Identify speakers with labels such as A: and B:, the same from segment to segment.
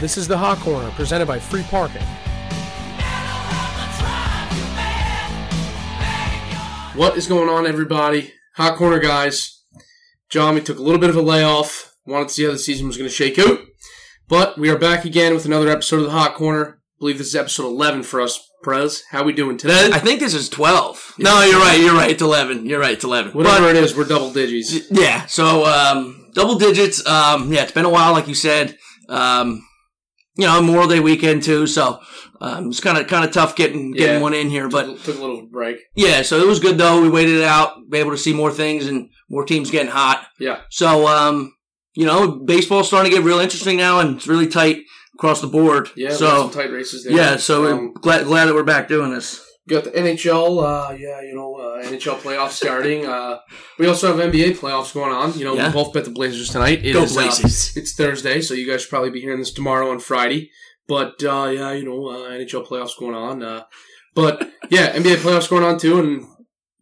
A: This is the Hot Corner presented by Free Parking. What is going on, everybody? Hot Corner guys. John, we took a little bit of a layoff. Wanted to see how the season was going to shake out. But we are back again with another episode of the Hot Corner. I believe this is episode 11 for us, Prez. How we doing today?
B: I think this is 12. No, you're right. You're right. It's 11. You're right. It's 11.
A: Whatever it is, we're double digits.
B: But, yeah. So, um, double digits. Um, yeah, it's been a while, like you said. Um, you know, Memorial Day weekend too. So, um, it's kind of, kind of tough getting, getting
A: Yeah.
B: one in here, but
A: took a little break.
B: yeah, so it was good though. We waited it out, be able to see more things and more teams getting hot.
A: Yeah.
B: So, um, you know, baseball's starting to get real interesting now and it's really tight across the board.
A: Yeah, we had some
B: So,
A: tight races there.
B: yeah. So
A: Um,
B: we're glad, glad that we're back doing this.
A: got the NHL. Uh, yeah, you know, uh, NHL playoffs starting. Uh, we also have NBA playoffs going on. You know,
B: Yeah.
A: we both bet the Blazers tonight. It
B: Go
A: is, uh,
B: Blazers.
A: it's Thursday, so you guys should probably be hearing this tomorrow and Friday. But uh, yeah, you know, uh, NHL playoffs going on. Uh, but yeah, NBA playoffs going on too, and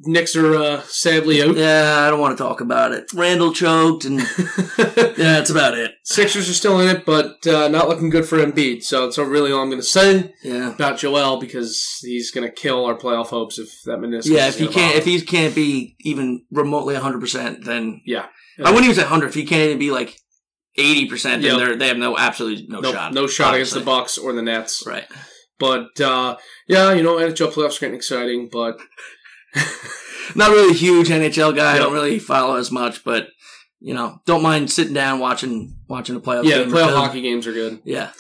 A: Knicks are uh, sadly out.
B: Yeah, I don't want to talk about it. Randall choked, and yeah, that's about it.
A: Sixers are still in it, but uh, not looking good for Embiid. So that's really all I'm going to say
B: Yeah,
A: about Joel because he's going to kill our playoff hopes if that meniscus.
B: yeah.
A: is
B: If he
A: gonna
B: can't,
A: bother.
B: if he can't be even remotely hundred percent, then
A: yeah,
B: I wouldn't even say hundred. If he can't even be like eighty percent, then
A: Yeah.
B: they're, they have no absolutely no,
A: no,
B: shot.
A: no shot against the
B: obviously.
A: Bucks or the Nets.
B: Right.
A: But uh, yeah, you know, NHL playoffs are getting exciting, but
B: Not really a huge NHL guy. I don't
A: Yeah.
B: really follow as much, but you know, don't mind sitting down watching watching a playoff.
A: yeah, the
B: game or
A: playoff
B: two.
A: hockey games are good.
B: Yeah.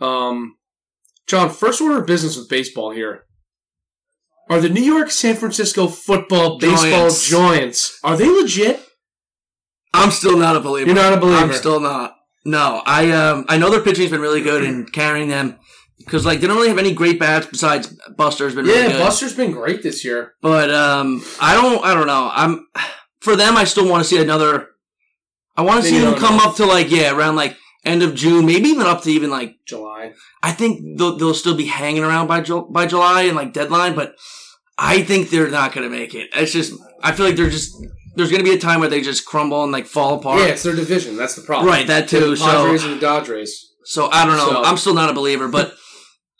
A: Um, John, first order of business with baseball here. Are the New York San Francisco football baseball
B: Giants.
A: giants? Are they legit?
B: I'm still not a believer.
A: You're not a believer.
B: I'm still not. No, I um I know their pitching's been really good and carrying them because like they don't really have any great bats besides Buster's been really
A: yeah,
B: good.
A: Buster's been great this year.
B: But um I don't I don't know. I'm for them I still want to see another. I want to
A: They
B: see
A: need
B: them
A: another
B: come up to like yeah around like end of June maybe even up to even like
A: July.
B: I think they'll, they'll still be hanging around by Ju- by July and like deadline but I think they're not gonna make it. It's just I feel like they're just there's gonna be a time where they just crumble and like fall apart.
A: Yeah, it's their division. That's the problem.
B: Right, that
A: The
B: too. So
A: Padres and the Dodgers.
B: So I don't know.
A: So-
B: I'm still not a believer, but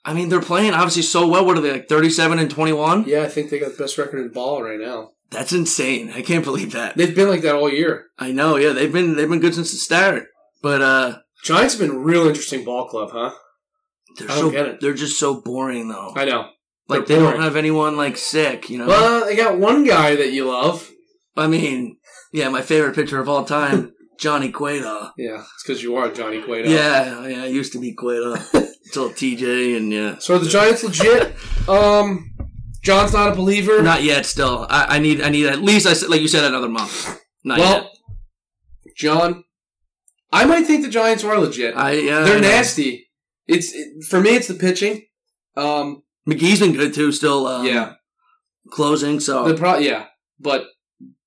B: I mean they're playing obviously so well. What are they like 37 and 21?
A: Yeah, I think they got the best record in ball right now.
B: That's insane. I can't believe that.
A: They've been like that all year.
B: I know. Yeah, they've been they've been good since the start, but uh,
A: Giants have been a real interesting ball club, huh?
B: they're
A: I don't
B: so
A: get it.
B: they're just so boring though.
A: I know.
B: like they
A: they're
B: don't
A: boring.
B: have anyone like sick. You know.
A: Well, they got one guy that you love.
B: I mean, yeah, my favorite pitcher of all time, Johnny Cueto.
A: Yeah, it's because you are Johnny Cueto.
B: Yeah, yeah, I used to be Cueto until TJ and yeah.
A: So are the Giants legit? Um, John's not a believer.
B: Not yet. Still, I, I need I need at least I said like you said another month. Not
A: well,
B: yet.
A: John, I might think the Giants are legit.
B: I yeah.
A: They're
B: I know.
A: nasty. It's it, for me. It's the pitching. Um,
B: McGee's been good too, still. Um, oh.
A: Yeah.
B: Closing, so
A: the pro- yeah, but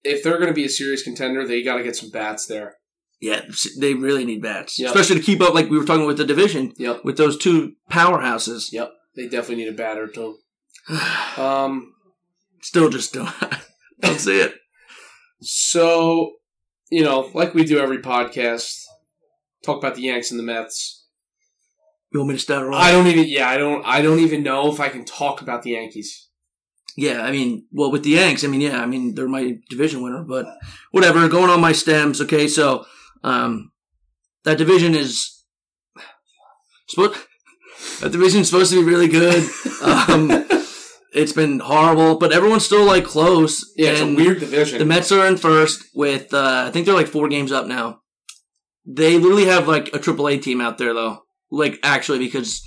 A: if they're going to be a serious contender, they got to get some bats there.
B: yeah, s- they really need bats,
A: Yep.
B: especially to keep up. Like we were talking with the division
A: Yep,
B: with those two powerhouses.
A: yep. They definitely need a batter too. Um,
B: Still, just don't don't see it.
A: so you know, like we do every podcast, talk about the Yanks and the Mets.
B: You want me to start it off?
A: I don't even. Yeah, I don't. I don't even know if I can talk about the Yankees.
B: yeah, I mean, well, with the Yanks, I mean, yeah, I mean, they're my division winner, but whatever. Going on my stems, okay. So, um, that division is supposed. That division's supposed to be really good. Um, it's been horrible, but everyone's still like close.
A: Yeah, it's a
B: and-
A: weird division.
B: The Mets are in first with uh, I think they're like four games up now. They literally have like a AAA team out there though, like actually because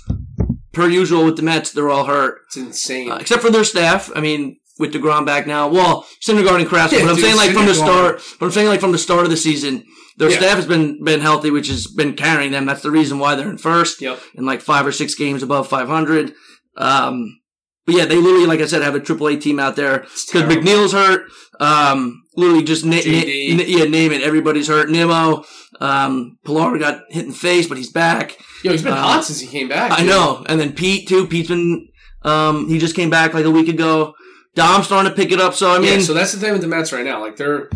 B: per usual with the Mets they're all hurt
A: it's insane.
B: uh, except for their staff. I mean with Degrom back now, well Syndergaard and Kraft.
A: Yeah,
B: but I'm
A: dude,
B: saying like from the
A: Syndergaard.
B: start, but I'm saying like from the start of the season, their
A: Yeah.
B: staff has been been healthy, which has been carrying them. That's the reason why they're in first
A: yep.
B: and like five or six games above 500. Um, but yeah, they literally, like I said, have a AAA team out there because
A: terrible.
B: McNeil's hurt. Um, literally just na- na-
A: JD.
B: na- yeah, name it. Everybody's hurt. Nimmo, um, Pilar got hit in the face, but he's back.
A: Yo, he's been
B: Uh,
A: hot since he came back.
B: I
A: dude.
B: know. And then Pete too. Pete's been um, he just came back like a week ago. Dom's starting to pick it up. So I mean,
A: yeah, so that's the thing with the Mets right now. Like they're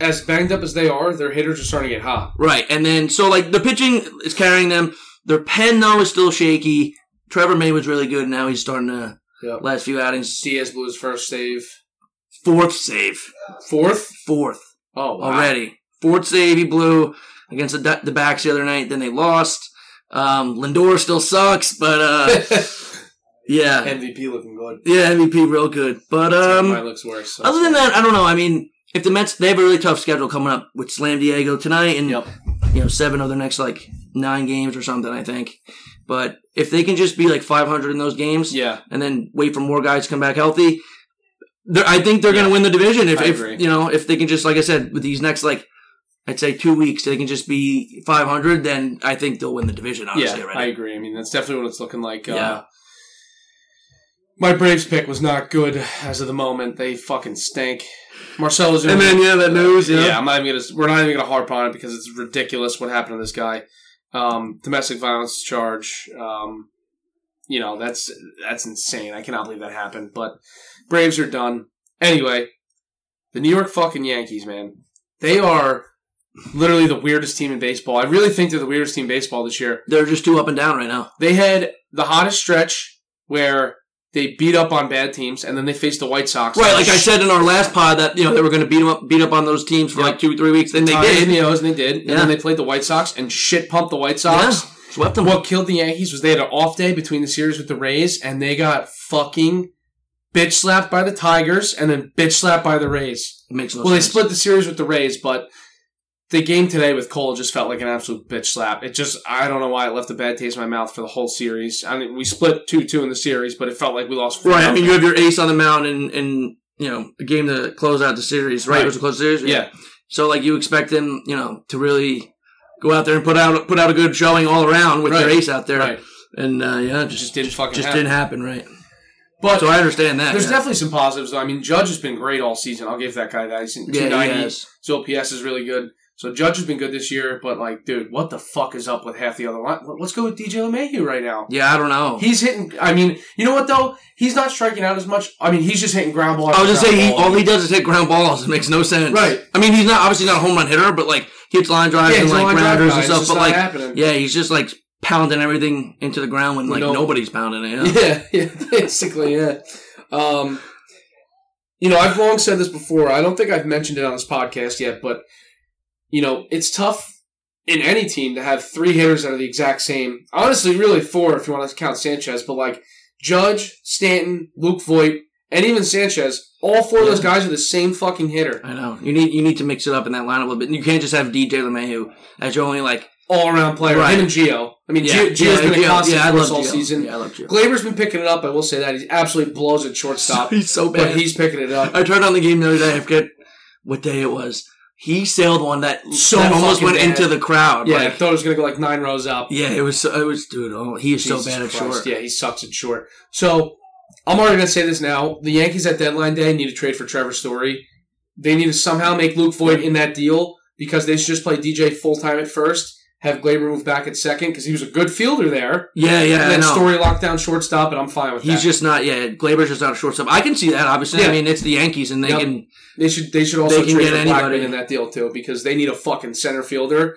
A: as banged up as they are, their hitters are starting to get hot.
B: Right, and then so like the pitching is carrying them. Their pen though is still shaky. Trevor May was really good. Now he's starting to
A: Yep.
B: last few outings.
A: Diaz blew his first save.
B: Fourth save,
A: Fourth?
B: fourth
A: Oh, wow.
B: already. Fourth save he blew against the, Da- the backs the other night. Then they lost. Um, Lindor still sucks, but uh, yeah,
A: MVP looking good.
B: yeah, MVP real good. But um,
A: Mine looks worse. so-
B: Other than that, I don't know. I mean, if the Mets, they have a really tough schedule coming up with Slam Diego tonight, and
A: Yep.
B: you know, seven of their next like nine games or something. I think, but if they can just be like 500 in those games,
A: Yeah.
B: and then wait for more guys to come back healthy, they're, I think they're going
A: Yeah.
B: to win the division. If,
A: I
B: if
A: agree.
B: you know, if they can just like I said, with these next like. I'd say two weeks. They can just be 500. Then I think they'll win the division. Honestly,
A: yeah,
B: right?
A: I agree. I mean, that's definitely what it's looking like.
B: Yeah.
A: Uh, my Braves pick was not good as of the moment. They fucking stink. Marcelo's
B: and then yeah, that news. Yeah,
A: yeah, I'm not even gonna. We're not even gonna harp on it because it's ridiculous what happened to this guy. Um, domestic violence charge. Um, you know that's that's insane. I cannot believe that happened. But Braves are done anyway. The New York fucking Yankees, man. They are literally the weirdest team in baseball. I really think they're the weirdest team in baseball this year.
B: they're just too up and down right now.
A: They had the hottest stretch where they beat up on bad teams, and then they faced the White Sox.
B: Right, like I said in our last pod that you know they were going to beat 'em up, beat up on those teams for
A: Yeah.
B: like two, three weeks, and they
A: Tigers and
B: did.
A: the O's, and they did. And
B: Yeah.
A: then they played the White Sox and shit pumped the White
B: Yeah,
A: Sox.
B: swept them.
A: What killed the Yankees was they had an off day between the series with the Rays, and they got fucking bitch slapped by the Tigers and then bitch slapped by the Rays.
B: It makes no
A: Well, they
B: sense.
A: split the series with the Rays, but the game today with Cole just felt like an absolute bitch slap. It just, I don't know why it left a bad taste in my mouth for the whole series. I mean, we split 2 2 in the series, but it felt like we lost 4
B: right, I mean you have your ace on the mound and and you know a game to close out the series. Right,
A: Right.
B: it was a close series.
A: Yeah.
B: So like you expect them, you know, to really go out there and put out put out a good showing all around with their
A: Right.
B: ace out there,
A: Right.
B: and uh, yeah,
A: It
B: just
A: just didn't fucking
B: just
A: happen.
B: didn't happen. Right.
A: But
B: So I understand that.
A: there's
B: yeah.
A: definitely some positives, though. I mean, Judge has been great all season. I'll give that guy that. He's in
B: yeah,
A: 290.
B: he has.
A: So PS is really good. So Judge has been good this year, but like, dude, what the fuck is up with half the other line? Let- Let's go with DJ LeMahieu right now.
B: yeah, I don't know.
A: He's hitting. I mean, you know what though? He's not striking out as much. I mean, he's just hitting ground balls.
B: I was just saying, he, all
A: ground
B: he does is hit ground balls. It makes no sense.
A: Right.
B: I mean, he's not obviously not a home run hitter, but like he hits line
A: balls.
B: drives
A: Yeah,
B: and
A: he's
B: like
A: on drive
B: grounders
A: now.
B: and
A: It's
B: stuff.
A: just
B: But
A: not
B: like,
A: happening.
B: yeah, he's just like pounding everything into the ground when like
A: No.
B: nobody's pounding it. Yeah.
A: yeah, yeah, basically, yeah. Um, you know, I've long said this before. I don't think I've mentioned it on this podcast yet, but you know, it's tough in any team to have three hitters that are the exact same. Honestly, really four if you want to count Sanchez, but like Judge, Stanton, Luke Voigt, and even Sanchez, all four of those guys are the same fucking hitter,
B: I know. You need you need to mix it up in that lineup a little bit. You can't just have DJ LeMahieu as your only like
A: all around player.
B: Right.
A: Him and Gio. I mean,
B: yeah,
A: Gio, Gio's
B: yeah,
A: been a
B: Gio.
A: constant
B: yeah, I
A: force
B: love
A: all
B: Gio.
A: season.
B: Yeah, I love Gio.
A: Glaber's been picking it up. I will say that he absolutely blows at shortstop,
B: He's so
A: but
B: bad.
A: he's picking it up.
B: I turned on the game the other day. I forget what day it was. He sailed one that
A: So
B: that almost
A: fucking
B: went
A: bad.
B: into the crowd.
A: Yeah, I
B: Like,
A: thought it was gonna go like nine rows up.
B: yeah. It was. so- It was. Dude. Oh, he is so
A: Jesus
B: bad at
A: Christ,
B: short.
A: Yeah, he sucks at short. So I'm already gonna say this now. The Yankees at deadline day need to trade for Trevor Story. They need to somehow make Luke Voigt in that deal because they should just play DJ full time at first, have Glaber move back at second because he was a good fielder there.
B: Yeah. Yeah.
A: And
B: I
A: then
B: know.
A: Story locked down shortstop, and I'm fine with that.
B: He's just not. Yeah, Glaber's just not a shortstop. I can see that. Obviously,
A: Yeah.
B: I mean it's the Yankees, and they
A: Yep.
B: can.
A: They should they should also
B: They can
A: trade
B: get
A: for Blackman
B: anybody.
A: in that deal too because they need a fucking center fielder.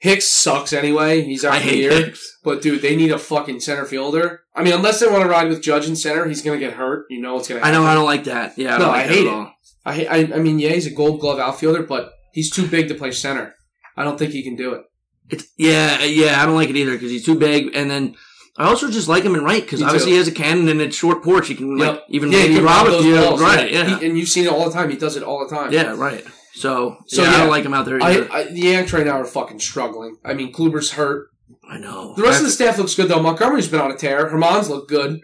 A: Hicks sucks anyway. He's out
B: I
A: of the
B: hate
A: year.
B: it.
A: But dude, they need a fucking center fielder. I mean, unless they want to ride with Judge in center, he's gonna get hurt. You know it's gonna.
B: I
A: Happen.
B: know. I don't like that. Yeah, I
A: No,
B: don't like
A: I
B: that
A: hate
B: at
A: it.
B: all.
A: I, hate- I, I mean, yeah, he's a Gold Glove outfielder, but he's too big to play center. I don't think he can do it.
B: It's, yeah, yeah, I don't like it either because he's too big, and then I also just like him in right because
A: Me
B: obviously
A: too.
B: he has a cannon and it's short porch. He can like
A: Yep.
B: even
A: he
B: maybe
A: can rob
B: rob it.
A: those
B: Yeah,
A: balls,
B: right. Yeah,
A: He- and you've seen it all the time. He does it all the time.
B: yeah, right. So,
A: So,
B: yeah, I
A: yeah.
B: don't like him out there.
A: I,
B: Either.
A: I, the Yanks right now are fucking struggling. I mean, Kluber's hurt.
B: I, know.
A: The rest
B: I-
A: of the staff looks good though. Montgomery's been on a tear. Herman's look good.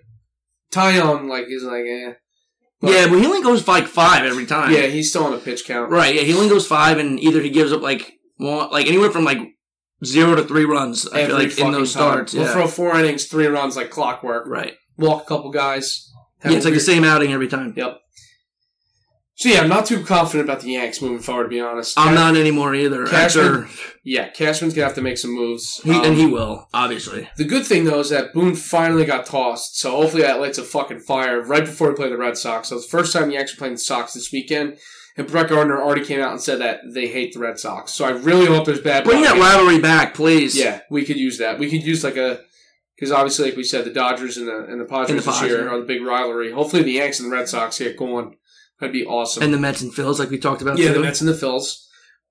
A: Tyon like is like eh. But,
B: yeah, but he only goes like five every time.
A: yeah, he's still on a pitch count.
B: right. Yeah, he only goes five, and either he gives up like one, like anywhere from like zero to three runs. I feel like in
A: fucking
B: those
A: time.
B: starts.
A: We'll
B: Yeah,
A: throw four innings, three runs like clockwork.
B: right.
A: Walk a couple guys. have
B: Yeah, it's
A: a
B: like the
A: weird-
B: same outing every time.
A: Yep. So yeah, I'm not too confident about the Yanks moving forward. To be honest,
B: I'm not anymore either.
A: Cashman-
B: After,
A: Yeah, Cashman's gonna have to make some moves.
B: he,
A: Um,
B: and he will, obviously.
A: the good thing though is that Boone finally got tossed, so hopefully that lights a fucking fire right before we play the Red Sox. So it's the first time the Yanks are playing the Sox this weekend. And Brett Gardner already came out and said that they hate the Red Sox. So I really hope there's bad.
B: Bring
A: blood
B: that
A: against-
B: rivalry back, please.
A: Yeah, we could use that. We could use like a because obviously, like we said, the Dodgers and the and the Padres
B: And the
A: this
B: Padres.
A: year are the big rivalry. Hopefully, the Yanks and the Red Sox get going. That'd be awesome.
B: And the Mets and Phils, like we talked about.
A: yeah,
B: too.
A: the Mets and the Phils.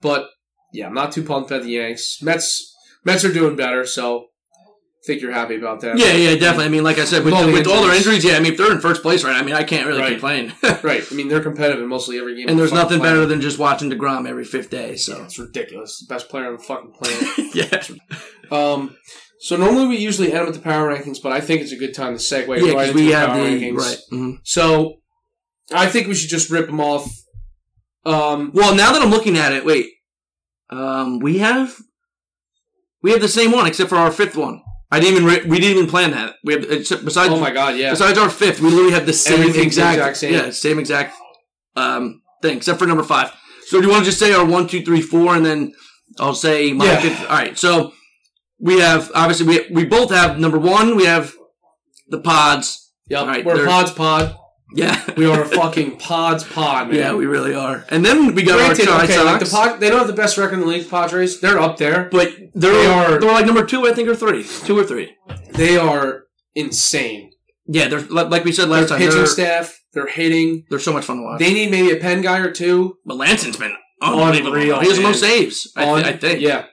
A: But yeah, I'm not too pumped about the Yanks. Mets Mets are doing better, so I think you're happy about that.
B: Yeah, yeah, definitely. I mean, like I said, with,
A: All the
B: with all their
A: injuries.
B: injuries, yeah. I mean, if they're in first place right, now, I mean, I can't really
A: Right.
B: complain.
A: right. I mean, they're competitive in mostly every game.
B: and there's
A: on the
B: nothing
A: fucking
B: better than just watching Degrom every fifth day.
A: planet.
B: So
A: It's ridiculous. The best player on the fucking planet.
B: yeah,
A: Um, so normally we usually end with the power rankings, but I think it's a good time to segue
B: yeah, because
A: right into
B: we
A: the
B: have
A: power
B: the
A: rankings.
B: right. mhm.
A: So I think we should just rip them off. Um,
B: Well, now that I'm looking at it, wait, um, we have we have the same one except for our fifth one. I didn't even re- we didn't even plan that. We have except, besides
A: oh my god, yeah,
B: besides our fifth, we literally have the same
A: Everything's the
B: exact,
A: exact same.
B: yeah same exact um, thing except for number five. So do you want to just say our one, two, three, four, and then I'll say my
A: Yeah.
B: fifth? All right. So we have obviously we we both have number one. We have the pods.
A: yep.
B: right,
A: we're
B: they're-
A: pods pod.
B: Yeah,
A: We are a fucking pods pod, man.
B: yeah, we really are. And then we got
A: Granted,
B: our Tri
A: okay, like
B: Sox,
A: the pod, they don't have the best record in the league. Padres, they're up there.
B: but they're
A: They are-
B: they're like number two, I think, or three, two or three.
A: They are insane.
B: Yeah, they're like like we said
A: Their
B: last time.
A: pitching
B: They're,
A: staff, they're hitting.
B: they're so much fun to watch.
A: They need maybe a pen guy or two.
B: but Lanson's been unbelievable.
A: Unreal,
B: he has the most
A: man.
B: saves. I,
A: on-
B: thi- I think.
A: yeah.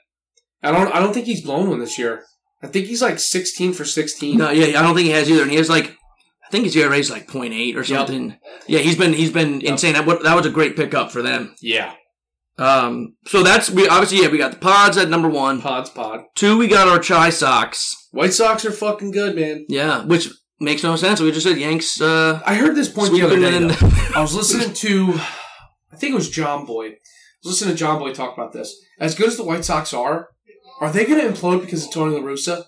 A: I don't. I don't think he's blown one this year. I think he's like sixteen for sixteen.
B: No, yeah, I don't think he has either. And he has like, I think his ERA is like 0.8 or something. Yeah, he's been he's been
A: Yep.
B: insane. That, wa- that was a great pickup for them.
A: Yeah,
B: Um, so that's we obviously yeah we got the Pods at number one,
A: pods pod.
B: two we got our Chai Sox.
A: White Sox are fucking good, man.
B: Yeah, which makes no sense. We just said Yanks. Uh,
A: I heard this point the
B: sweeping
A: other day.
B: in-
A: though. I was listening to, I think it was John Boyd. I was listening to John Boyd talk about this. As good as the White Sox are, are they going to implode because of Tony La Russa?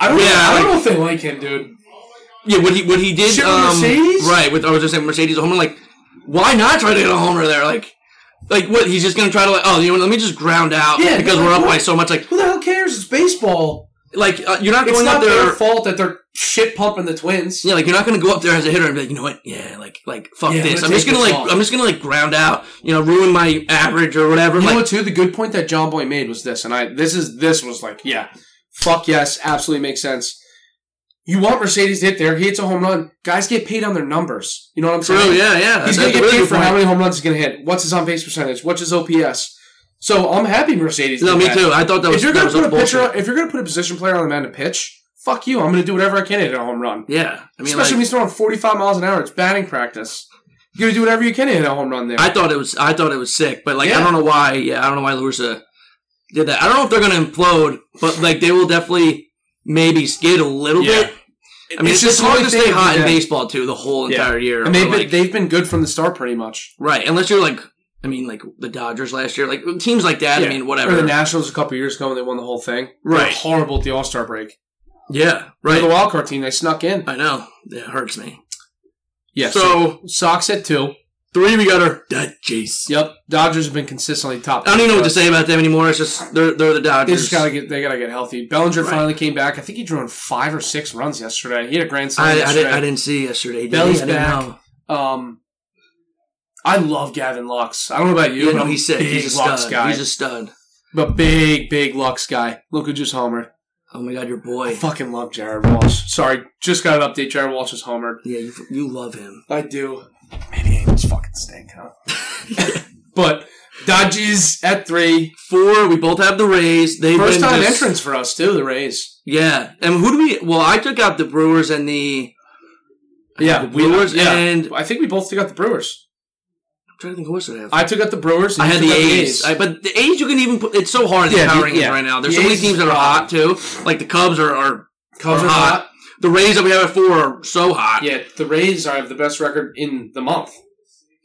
A: I don't. know,
B: Yeah,
A: I don't
B: like-
A: know if they like him, dude.
B: yeah, what he what he did.
A: Shit with
B: Um,
A: Mercedes?
B: right, with I was just saying Mercedes a homer. Like, why not try to get a homer there? Like. Like what? He's just gonna try to like. Oh, you know, what, let me just ground out
A: Yeah,
B: because
A: no,
B: we're up
A: what?
B: by so much. Like,
A: Who the hell cares? It's baseball.
B: like uh, you're not
A: It's
B: going
A: not
B: up there.
A: their fault that they're shit pumping the Twins.
B: Yeah, like you're not gonna go up there as a hitter and be like, you know what? Yeah, like like fuck
A: Yeah,
B: this.
A: I'm
B: I'm
A: gonna
B: just
A: take
B: gonna
A: this
B: like
A: off.
B: I'm just gonna like ground out. You know, ruin my average or whatever.
A: You
B: like,
A: know what, too? The good point that John Boy made was this, and I this is this was like, yeah, fuck yes, absolutely makes sense. You want Mercedes to hit there? He hits a home run. Guys get paid on their numbers. You know what I'm saying?
B: true. Yeah, yeah.
A: He's going
B: that's a
A: to get
B: really
A: paid
B: good
A: for
B: point.
A: how many home runs he's going to hit. What's his on base percentage? What's his OPS? So I'm happy Mercedes.
B: No,
A: did
B: me
A: that.
B: too. I thought that
A: If
B: was
A: you're
B: that
A: going
B: was
A: to put a
B: bullshit.
A: pitcher, if you're going to put a position player on the mound to pitch, fuck you. I'm going to do whatever I can to hit a home run.
B: Yeah, I mean,
A: Especially
B: like,
A: when he's throwing 45 miles an hour. It's batting practice. You're going to do whatever you can to hit a home run there.
B: I thought it was I thought it was sick, but like
A: Yeah.
B: I don't know why. Yeah, I don't know why Larissa did that. I don't know if they're gonna implode, but like they will definitely maybe skid a little
A: Yeah.
B: bit. I mean, it's, just hard to stay hot in baseball too the whole
A: Yeah.
B: entire year.
A: And they've
B: or,
A: been,
B: like-
A: they've been good from the start, pretty much.
B: right, unless you're like. I mean, like the Dodgers last year, like teams like that. I
A: Yeah.
B: mean,
A: Or the
B: whatever.
A: Nationals a couple years ago when they won the whole thing. They were
B: Right.
A: horrible at the All Star break.
B: Yeah.
A: They're
B: Right.
A: the wild card team. They snuck in.
B: I know. It hurts me.
A: Yeah. So,
B: So
A: Sox at two.
B: three, we got our Dodgers.
A: Yep. Dodgers have been consistently top.
B: I don't even know what
A: Uh,
B: to say about them anymore. It's just they're they're the
A: They
B: Dodgers.
A: just gotta get they gotta get healthy. Bellinger
B: Right.
A: finally came back. I think he drew in five or six runs yesterday. He had a grand slam
B: I, I,
A: yesterday.
B: didn't, I didn't see yesterday. Did
A: Belly's
B: I didn't
A: back.
B: know.
A: Um, I love Gavin Lux. I don't know about you,
B: Yeah,
A: but
B: no,
A: I'm
B: he's sick.
A: big
B: He's a
A: Lux
B: stud.
A: guy.
B: He's a stud.
A: but big, big Lux guy. Look who just homered.
B: Oh my god, your
A: I
B: boy.
A: fucking love Jared Walsh. Sorry, just got an update. Jared Walsh is homered.
B: Yeah, you, you love him.
A: I do. Maybe he just fucking stink, huh? but Dodgers at three.
B: Four. We both have the Rays. They've
A: First
B: been
A: time
B: just-
A: entrance for us too. The Rays.
B: Yeah, and who do we? Well, I took out the Brewers and the
A: Yeah,
B: the Brewers
A: yeah.
B: and I'm
A: I think we both took out the Brewers.
B: trying to think who else did I have. I,
A: I took out the Brewers. and you
B: had
A: took
B: the
A: out
B: A's, I, but the A's you can even put. It's so hard in
A: Yeah,
B: the
A: the-
B: power rankings
A: yeah.
B: right now. There's
A: The
B: so many
A: A's
B: teams
A: is
B: that are
A: hot.
B: hot too. Like the Cubs are, are
A: Cubs
B: are
A: are hot.
B: the Rays that we have at four are so hot.
A: Yeah, the Rays are have the best record in the month.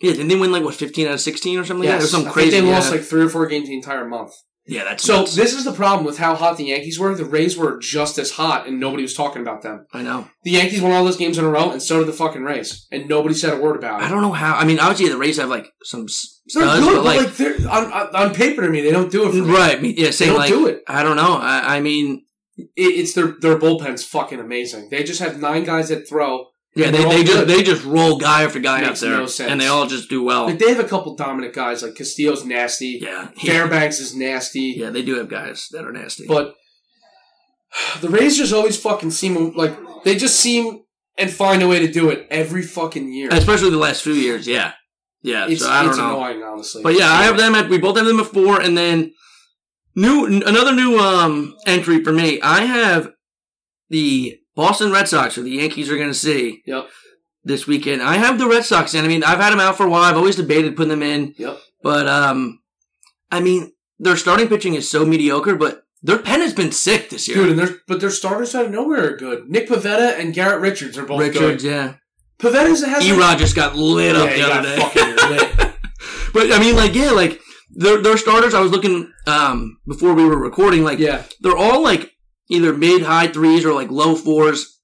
B: Yeah, didn't they win like what fifteen out of sixteen or something? Yeah, like that? Or
A: Yes.
B: some
A: I
B: crazy.
A: think they lost
B: yeah.
A: like three or four games the entire month.
B: yeah, that's
A: So
B: nuts.
A: this is the problem with how hot the Yankees were. The Rays were just as hot, and nobody was talking about them.
B: I know.
A: The Yankees won all those games in a row, and so did the fucking Rays, and nobody said a word about it.
B: I don't know how. I mean, obviously the Rays have like some s-
A: they're
B: studs,
A: good,
B: but like, Mm-hmm.
A: they're, on, on- on paper to me, they don't do it for me.
B: right? I mean, Yeah, saying
A: don't
B: like
A: do it.
B: I don't know. I, I mean,
A: It, it's their their bullpen's fucking amazing. They just have nine guys that throw
B: Yeah,
A: And
B: they,
A: they're
B: they
A: all
B: just
A: good.
B: they just roll guy after guy
A: Makes
B: out there,
A: no sense.
B: and they all just do well.
A: Like they have a couple dominant guys. Like Castillo's nasty.
B: yeah,
A: Fairbanks is nasty.
B: yeah, they do have guys that are nasty.
A: But the Rays just always fucking seem like they just seem and find a way to do it every fucking year.
B: especially the last few years, yeah, yeah.
A: it's
B: so I don't
A: it's
B: know,
A: annoying, honestly.
B: but yeah, I have them at we both have them at four, and then new n- another new um entry for me. I have the Boston Red Sox, who the Yankees are going to see
A: Yep.
B: this weekend. I have the Red Sox, and I mean I've had them out for a while. I've always debated putting them in.
A: Yep.
B: But um, I mean, their starting pitching is so mediocre, but their pen has been sick this year.
A: Dude, and their but their starters out of nowhere are good. Nick Pavetta and Garrett Richards are both
B: Richards, yeah.
A: good. Pavetta's has
B: E Rod just got lit
A: yeah,
B: up the
A: he
B: other
A: got
B: day.
A: fucking lit.
B: but I mean, like, yeah, like their their starters. I was looking um before we were recording, like
A: Yeah,
B: they're all like either mid high threes or like low fours.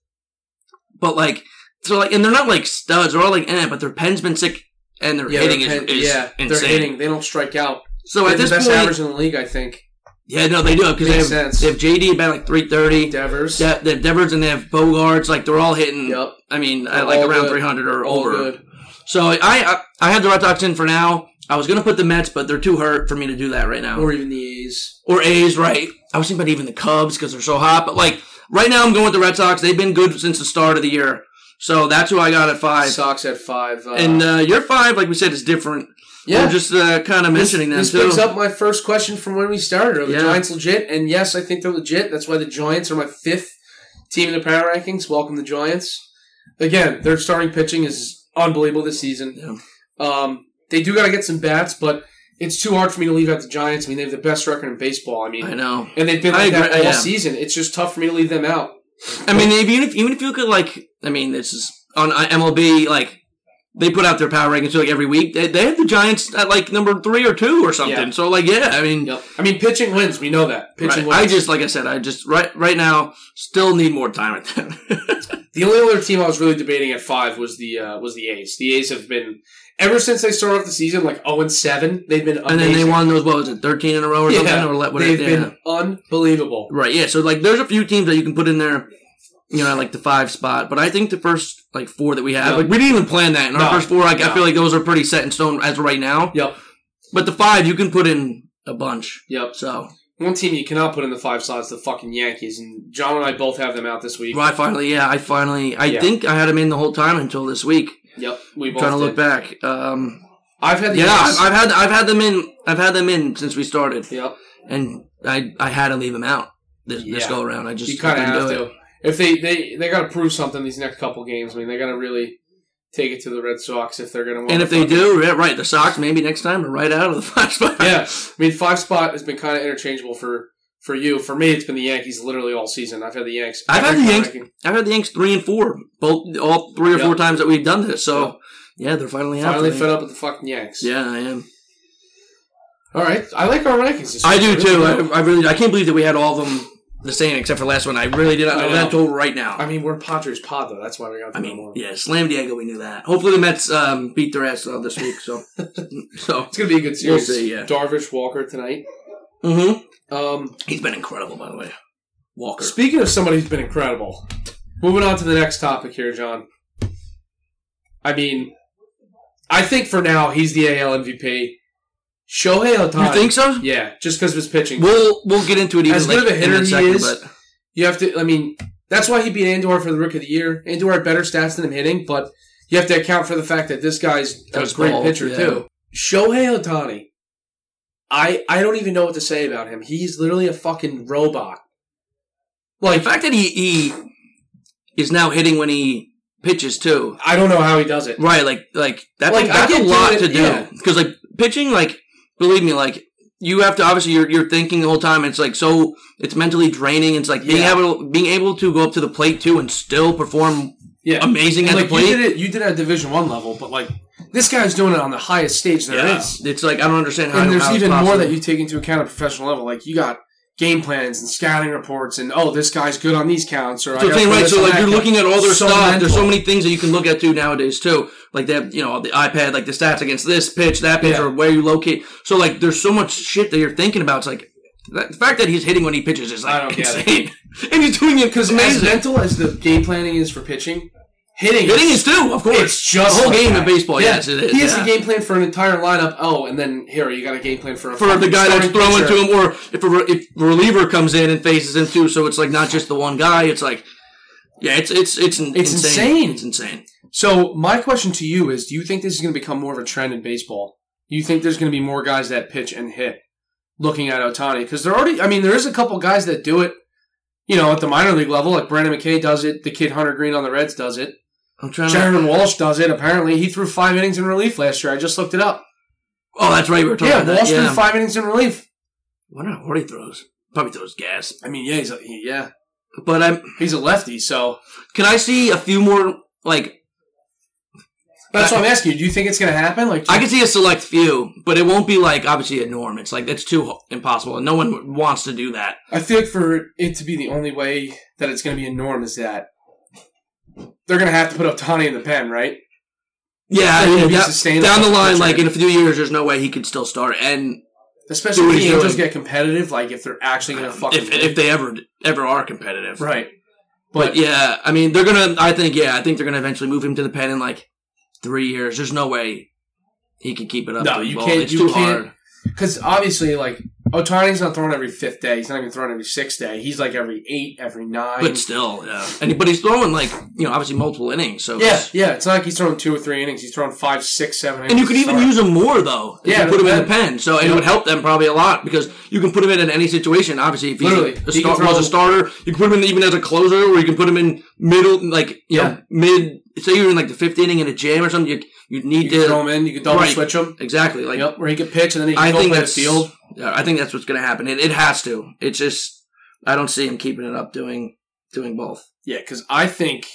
B: But like so like and they're not like studs. They're all like eh, but their pen's been sick and their
A: yeah,
B: hitting is,
A: their pen-
B: is
A: yeah,
B: insane.
A: they're hitting. They don't strike out.
B: So
A: They
B: at
A: have the
B: this
A: best
B: point,
A: average in the league, I think.
B: yeah, no, they do because they
A: Makes
B: have
A: sense.
B: they have JD about like three thirty.
A: Devers,
B: Yeah, they have Devers and they have Bogarts. Like they're all hitting.
A: Yep.
B: I mean,
A: They're
B: at like
A: all
B: around
A: good.
B: three hundred or
A: all
B: over.
A: good.
B: So I, I I had the Red Sox in for now. I was gonna put the Mets, but they're too hurt for me to do that right now. Or,
A: Or even the A's.
B: A's, right? I was thinking about even the Cubs because they're so hot. But like right now, I'm going with the Red Sox. They've been good since the start of the year. So that's who I got at five.
A: Sox at five. Uh,
B: and uh, your five, like we said, is different.
A: yeah,
B: I'm just uh, kind of mentioning them
A: this
B: too.
A: picks up my first question from when we started. Are the
B: Yeah.
A: Giants legit? And yes, I think they're legit. That's why the Giants are my fifth team in the power rankings. Welcome the Giants. Again, their starting pitching is unbelievable this season.
B: Yeah.
A: Um, they do got to get some bats, but it's too hard for me to leave out the Giants. I mean, they have the best record in baseball. I mean,
B: I know.
A: and they've been
B: I
A: like that
B: agree,
A: all
B: yeah.
A: season. It's just tough for me to leave them out.
B: I mean, if, even if even if you could like, I mean, this is on uh, MLB. Like, they put out their power rankings like every week. They, they have the Giants at like number three or two or something.
A: Yeah.
B: So like, yeah, I mean,
A: Yep. I mean, pitching wins. We know that pitching wins.
B: right. I just like I said, I just right right now still need more time at them.
A: The only other team I was really debating at five was the uh, was the A's. The A's have been ever since they started off the season like zero and seven. They've been amazing.
B: and then they won those what was it, thirteen in a row or
A: Yeah,
B: something, or let whatever.
A: they've
B: Yeah.
A: been unbelievable.
B: Right, yeah. So like, there's a few teams that you can put in there. You know, like the five spot, but I think the first like four that we have,
A: No.
B: like we didn't even plan that. In our
A: No.
B: first four, like, I
A: No.
B: feel like those are pretty set in stone as of right now.
A: Yep,
B: But the five you can put in a bunch.
A: yep.
B: So
A: One team you cannot put in the five slots, the fucking Yankees, and John and I both have them out this week.
B: I finally, yeah, I finally, I
A: Yeah.
B: think I had him in the whole time until this week.
A: Yep, we both.
B: trying to look
A: did.
B: back. Um,
A: I've had the
B: yeah,
A: A's.
B: I've, I've had, I've had them in, I've had them in since we started,
A: yep,
B: and I, I had to leave them out this, this
A: Yeah.
B: go around. I just
A: you kind of
B: couldn't
A: have
B: do
A: to. If they they they got to prove something these next couple games. I mean, they got to really take it to the Red Sox if they're going to. win.
B: And if they do, yeah, right, the Sox maybe next time are right out of the five spot.
A: yeah, I mean, five spot has been kind of interchangeable for for you. For me, it's been the Yankees literally all season. I've had the Yanks.
B: I've had
A: every
B: the Yanks-
A: ranking.
B: I've had the Yanks three and four, both all three or
A: Yeah.
B: four times that we've done this. So yeah, they're finally out.
A: Finally
B: I think.
A: fed up with the fucking Yanks.
B: Yeah, I am.
A: All right, I like our rankings. This
B: I do
A: week.
B: too.
A: Really do.
B: I, I really, I can't believe that we had all of them the same except for the last one. I really did not
A: I
B: know
A: know.
B: that till right now.
A: I mean, we're Padres pod though. That's why we got.
B: I
A: the
B: mean,
A: number one.
B: yeah, Slam Diego, we knew that. Hopefully the Mets um, beat their ass uh, this week. So, so
A: it's gonna be a good
B: We'll
A: series.
B: see, yeah.
A: Darvish Walker tonight.
B: hmm
A: Um,
B: he's been incredible, by the way. Walker.
A: speaking of somebody who's been incredible, moving on to the next topic here, John. I mean, I think for now he's the AL MVP. Shohei Ohtani.
B: You think so?
A: Yeah, just because of his pitching.
B: We'll we'll get into it even
A: As good of
B: like,
A: a
B: in
A: hitter he
B: second,
A: is,
B: but
A: You have to. I mean, that's why he beat Andor for the Rookie of the Year. Andor had better stats than him hitting, but you have to account for the fact that this guy's a
B: Does
A: great
B: ball,
A: pitcher
B: yeah.
A: too. Shohei Otani. I I don't even know what to say about him. He's literally a fucking robot.
B: the
A: Like
B: fact that he, he is now hitting when he pitches too,
A: I don't know how he does it.
B: right? Like like that's
A: Like, I
B: that's
A: can
B: a
A: do
B: lot
A: it,
B: to do
A: yeah.
B: because like pitching, like believe me, like you have to obviously you're you're thinking the whole time. It's like so it's mentally draining. It's like being
A: Yeah.
B: able being able to go up to the plate too and still perform
A: Yeah,
B: amazing
A: And,
B: at
A: like
B: the
A: you
B: plate.
A: did it. You did it at Division One level, but like this guy's doing it on the highest stage there is.
B: Yeah. It's like I don't understand how.
A: and there's
B: how it's
A: even more
B: possible.
A: that you take into account at professional level. Like you got game plans and scouting reports, and oh, this guy's good on these counts. Or I
B: So I'm
A: gotta
B: saying,
A: put
B: right?
A: this
B: So
A: on
B: like
A: that
B: you're
A: count.
B: looking at all their
A: So
B: stuff. There's so
A: mental.
B: many things that you can look at too nowadays too. Like they have, you know, the iPad, like the stats against this pitch, that pitch,
A: Yeah.
B: or where you locate. So like there's so much shit that you're thinking about. It's like that, the fact that he's hitting when he pitches is
A: I
B: like
A: don't get it.
B: insane, and he's doing it because
A: as
B: amazing.
A: mental as the game planning is for pitching. Hitting,
B: Hitting is too, of course.
A: It's just
B: the whole
A: like
B: game
A: that.
B: of baseball.
A: Yeah.
B: Yes, it is.
A: He has
B: yeah.
A: a game plan for an entire lineup. Oh, and then here you got a game plan for a
B: for the
A: fucking
B: guy that's
A: starting
B: throwing
A: pitcher.
B: to him, or if a re- if a reliever comes in and faces him too. So it's like not just the one guy. It's like, yeah, it's it's it's in-
A: It's insane.
B: insane. It's insane.
A: So my question to you is: Do you think this is going to become more of a trend in baseball? Do you think there's going to be more guys that pitch and hit? Looking at Otani, because there already, I mean, there is a couple guys that do it. You know, at the minor league level, like Brandon McKay does it. The kid Hunter Green on the Reds does it.
B: I'm trying to.
A: Sharon Walsh does it. Apparently, he threw five innings in relief last year. I just looked it up.
B: Oh, that's right. We were talking
A: Yeah,
B: about
A: Walsh
B: that.
A: threw
B: Yeah.
A: five innings in relief.
B: Wonder how hard he throws. Probably throws gas.
A: I mean, yeah, he's a, he- yeah,
B: But I'm.
A: he's a lefty, so
B: Can I see a few more? Like
A: that's what I'm asking you. Do you think it's going to happen? Like,
B: I can see a select few, but it won't be like obviously a norm. It's like that's too impossible, and no one wants to do that.
A: I feel like for it to be the only way that it's going to be a norm is that they're going to have to put Otani in the pen, right?
B: Yeah,
A: Like,
B: I mean,
A: it'll be
B: yeah,
A: sustainable
B: down the line,
A: pitcher.
B: like in a few years, there's no way he could still start. And
A: Especially
B: Do what
A: if the
B: he's
A: Angels
B: doing.
A: get competitive, like if they're actually going to fucking
B: if,
A: win.
B: if they ever ever are competitive,
A: right.
B: But yeah, I mean, they're gonna. I think yeah, I think they're gonna eventually move him to the pen in like three years. There's no way he can keep it up.
A: No,
B: doing
A: you
B: well.
A: can't-
B: It's
A: you
B: too
A: can't.
B: hard.
A: Because obviously, like Otani's not thrown every fifth day. He's not even thrown every sixth day. He's like every eight, every nine.
B: But still, yeah. And he- but he's throwing like you know obviously multiple innings. So
A: yeah,
B: it's-
A: yeah. It's not like he's throwing two or three innings. He's throwing five, six, seven. innings
B: And you could
A: to
B: even
A: start.
B: use him more though. If
A: Yeah,
B: you put him in
A: the
B: the pen. So and
A: Yeah.
B: it would help them probably a lot because you can put him in in any situation. Obviously, if he's
A: Literally,
B: a
A: he can
B: star,
A: throw-
B: was a starter, you can put him in even as a closer, or you can put him in middle, like you
A: Yeah.
B: know, mid. Say you're in like the fifth inning in a jam or something. You you
A: You
B: need
A: could
B: to
A: throw him in. You could double
B: Right.
A: switch him.
B: exactly like
A: Yep, where he could pitch and then he could
B: I
A: go
B: think
A: play
B: that's
A: the field.
B: Yeah, I think that's what's going to happen. It, it has to. It's just I don't see him keeping it up doing doing both.
A: Yeah, because I think.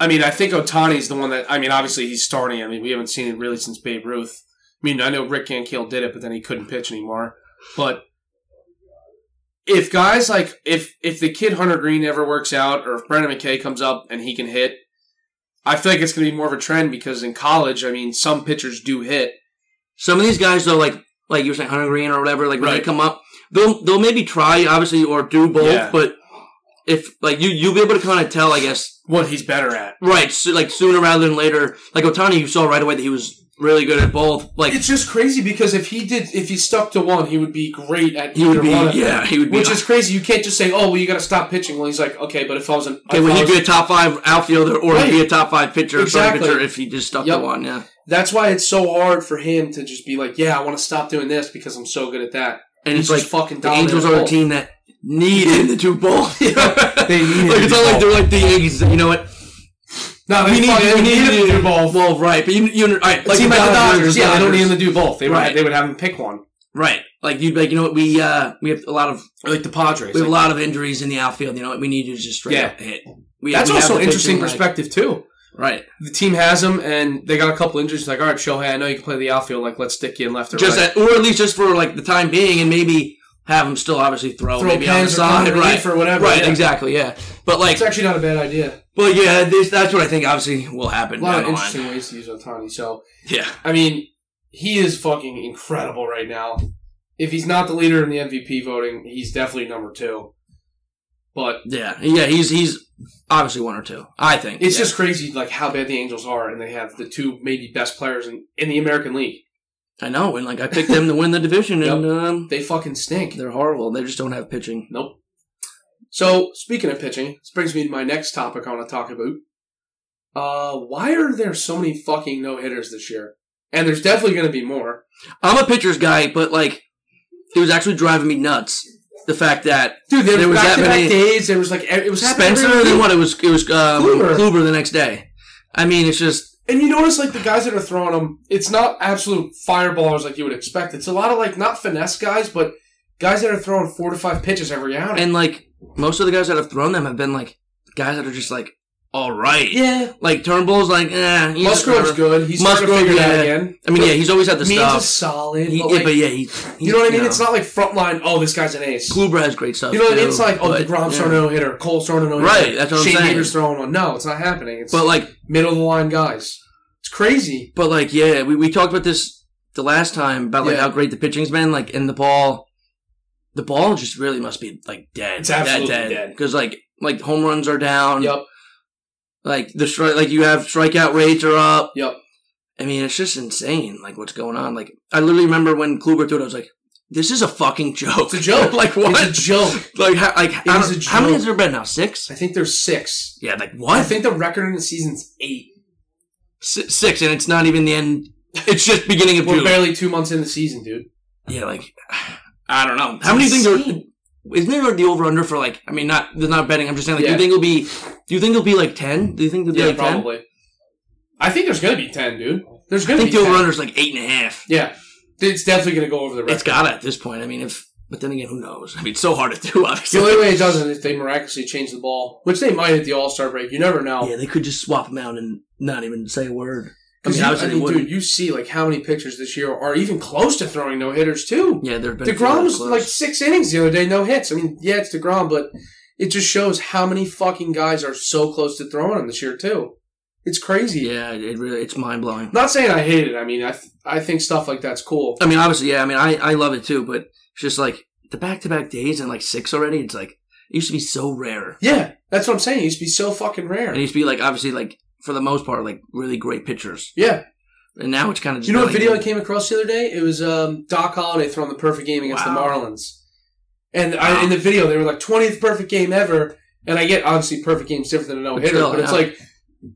A: I mean, I think Otani's the one that. I mean, obviously he's starting. I mean, we haven't seen it really since Babe Ruth. I mean, I know Rick Cankill did it, but then he couldn't pitch anymore. But if guys like if if the kid Hunter Green ever works out, or if Brendan McKay comes up and he can hit, I feel like it's going to be more of a trend because in college, I mean, some pitchers do hit.
B: Some of these guys though, like like you were saying, Hunter Green or whatever, like when
A: Right.
B: they come up, they'll they'll maybe try obviously or do both,
A: Yeah.
B: but if like you you'll be able to kind of tell, I guess,
A: What he's better at.
B: right, so, like sooner rather than later. Like Otani, you saw right away that he was really good at both. Like
A: It's just crazy because if he did, if he stuck to one, he would be great at
B: he would
A: either
B: be,
A: one of them.
B: yeah, he would be.
A: Which is crazy. You can't just say, "Oh, well, you got to stop pitching." Well, he's like, "Okay, but if I was an
B: Okay,
A: if
B: well,
A: I
B: he'd
A: was-
B: be a top five outfielder, or he'd be a top five pitcher,
A: Exactly.
B: exactly. pitcher if he just stuck
A: Yep.
B: to one. Yeah,
A: that's why it's so hard for him to just be like, "Yeah, I want to stop doing this because I'm so good at that."
B: and
A: He's
B: it's like
A: just fucking
B: The
A: dominant
B: Angels
A: at
B: are a
A: both.
B: team that needed to do both. they
A: needed
B: like
A: to
B: it's
A: do
B: not like
A: both.
B: they're like the Yankees. You know what?
A: No, they fucking- they need him to do both.
B: Well, right, but you, you all right,
A: Like
B: like
A: team
B: the
A: like the
B: Dodgers,
A: Dodgers, yeah, they don't need him
B: Dodgers.
A: to do both. They would
B: Right.
A: they would have him pick one.
B: right. Like you'd be like, you know what? We uh we have a lot of
A: Or like the Padres.
B: we have a
A: Like,
B: lot of injuries in the outfield. You know what? We need you to just straight
A: Yeah.
B: up hit. We,
A: that's
B: we have
A: also
B: the
A: an interesting
B: pitching, like-
A: perspective too.
B: right.
A: The team has him, and they got a couple injuries. Like, all right, Shohei, I know you can play the outfield. Like, let's stick you in left or
B: Just
A: right.
B: that, or at least just for like the time being, and maybe have him still obviously throw,
A: Throw
B: maybe on the
A: pens or
B: side,
A: cover
B: right?
A: relief or whatever,
B: Right,
A: yeah.
B: exactly, yeah. But like,
A: It's actually not a bad idea.
B: but yeah, this, that's what I think. Obviously, will happen.
A: A lot
B: down
A: of
B: the line.
A: interesting ways to use Otani. So,
B: Yeah.
A: I mean, he is fucking incredible right now. If he's not the leader in the MVP voting, he's definitely number two. But
B: Yeah, yeah, he's he's obviously one or two. I think
A: it's
B: yeah.
A: just crazy, like how bad the Angels are, and they have the two maybe best players in, in the American League.
B: I know, and like I picked them to win the division, and um,
A: They fucking stink.
B: they're horrible. They just don't have pitching.
A: Nope. So speaking of pitching, this brings me to my next topic I want to talk about. Uh, why are there so many fucking no hitters this year? And there's definitely going to be more.
B: I'm a pitcher's guy, but like it was actually driving me nuts the fact that
A: Dude, there,
B: There
A: was
B: was
A: back
B: that
A: to back
B: many-
A: days. There was like e, it was happening every
B: Spencer,
A: week.
B: then what? It was it was um,
A: Kluber.
B: Kluber. the next day. I mean, it's just
A: And you notice, like, the guys that are throwing them, it's not absolute fireballers like you would expect. It's a lot of, like, not finesse guys, but guys that are throwing four to five pitches every outing.
B: and like most of the guys that have thrown them have been like guys that are just like all right,
A: yeah.
B: like Turnbull's like eh, he's just
A: Musgrove's
B: whatever.
A: good. He's starting to
B: Musgrove,
A: figure it out
B: yeah.
A: again.
B: I mean, yeah, he's always had the
A: Means is
B: stuff.
A: solid.
B: He-
A: but,
B: yeah,
A: like,
B: but yeah, he,
A: you know what I mean? It's not like frontline, oh, this guy's an ace.
B: Kluber has great stuff.
A: you know what I mean?
B: too,
A: It's like, oh,
B: but,
A: DeGrom's
B: yeah.
A: throwing a no hitter. Cole's throwing a no hitter.
B: Right, that's what I'm
A: Shane
B: saying.
A: Bieber's throwing one. No, it's not happening. It's
B: But like
A: middle of the line guys. It's crazy.
B: But like, yeah, we, we talked about this the last time about like
A: Yeah.
B: how great the pitching's been. Like, and the ball, the ball just really must be like dead.
A: It's absolutely dead.
B: Because like, like home runs are down.
A: Yep.
B: Like the stri- like you have strikeout rates are up.
A: Yep.
B: I mean, it's just insane. Like what's going on? Like I literally remember when Kluber threw it, I was like, "This is a fucking joke."
A: It's a joke.
B: like what?
A: It's a joke.
B: like how, like how,
A: is a
B: how many
A: joke.
B: has there been now? Six.
A: I think there's six.
B: Yeah, like
A: I
B: what?
A: think the record in the season's eight.
B: Si- six, and it's not even the end. It's just beginning of
A: We're
B: June.
A: barely two months in the season, dude.
B: yeah, like I don't know. How many do you think there? Isn't there the over under for like? I mean, not they're not betting. I'm just saying. Like, do
A: Yeah.
B: you think it'll be? Do you think it'll be like ten? Do you think it'll be
A: Yeah,
B: like ten?
A: probably. I think there's gonna be ten, dude. There's
B: I
A: gonna
B: think
A: be
B: the over
A: 10.
B: under is like eight and a half.
A: Yeah, it's definitely gonna go over the
B: It's
A: record.
B: got to at this point. I mean, if but then again, who knows? I mean, it's so hard to do.
A: The
B: Obviously,
A: only way it doesn't is if they miraculously change the ball, which they might at the All Star break. You never know.
B: yeah, they could just swap them out and not even say a word. I
A: 'Cause
B: mean,
A: you-
B: obviously they wouldn't.
A: dude, you see like how many pictures this year are even close to throwing no hitters too.
B: yeah, there have been a few that are
A: Degrom was
B: close.
A: like six innings the other day, no hits. I mean, yeah, it's Degrom, but it just shows how many fucking guys are so close to throwing him this year too. It's crazy.
B: yeah, it really it's mind blowing.
A: Not saying I hate it. I mean, I th- I think stuff like that's cool.
B: I mean, obviously, yeah. I mean, I I love it too, but it's just like the back to back days and like six already. It's like it used to be so rare.
A: Yeah, that's what I'm saying. It used to be so fucking rare.
B: And it used to be like obviously like for the most part like really great pitchers,
A: Yeah.
B: and now it's kind of
A: Do
B: just
A: you know
B: been
A: what
B: like-
A: video I came across the other day? It was um, Doc Holliday throwing the perfect game against the
B: Wow.
A: Marlins. And I, in the video, they were like 20th perfect game ever. And I get, obviously, perfect game's different than a no
B: But
A: hitter,
B: still,
A: but it's
B: yeah.
A: like,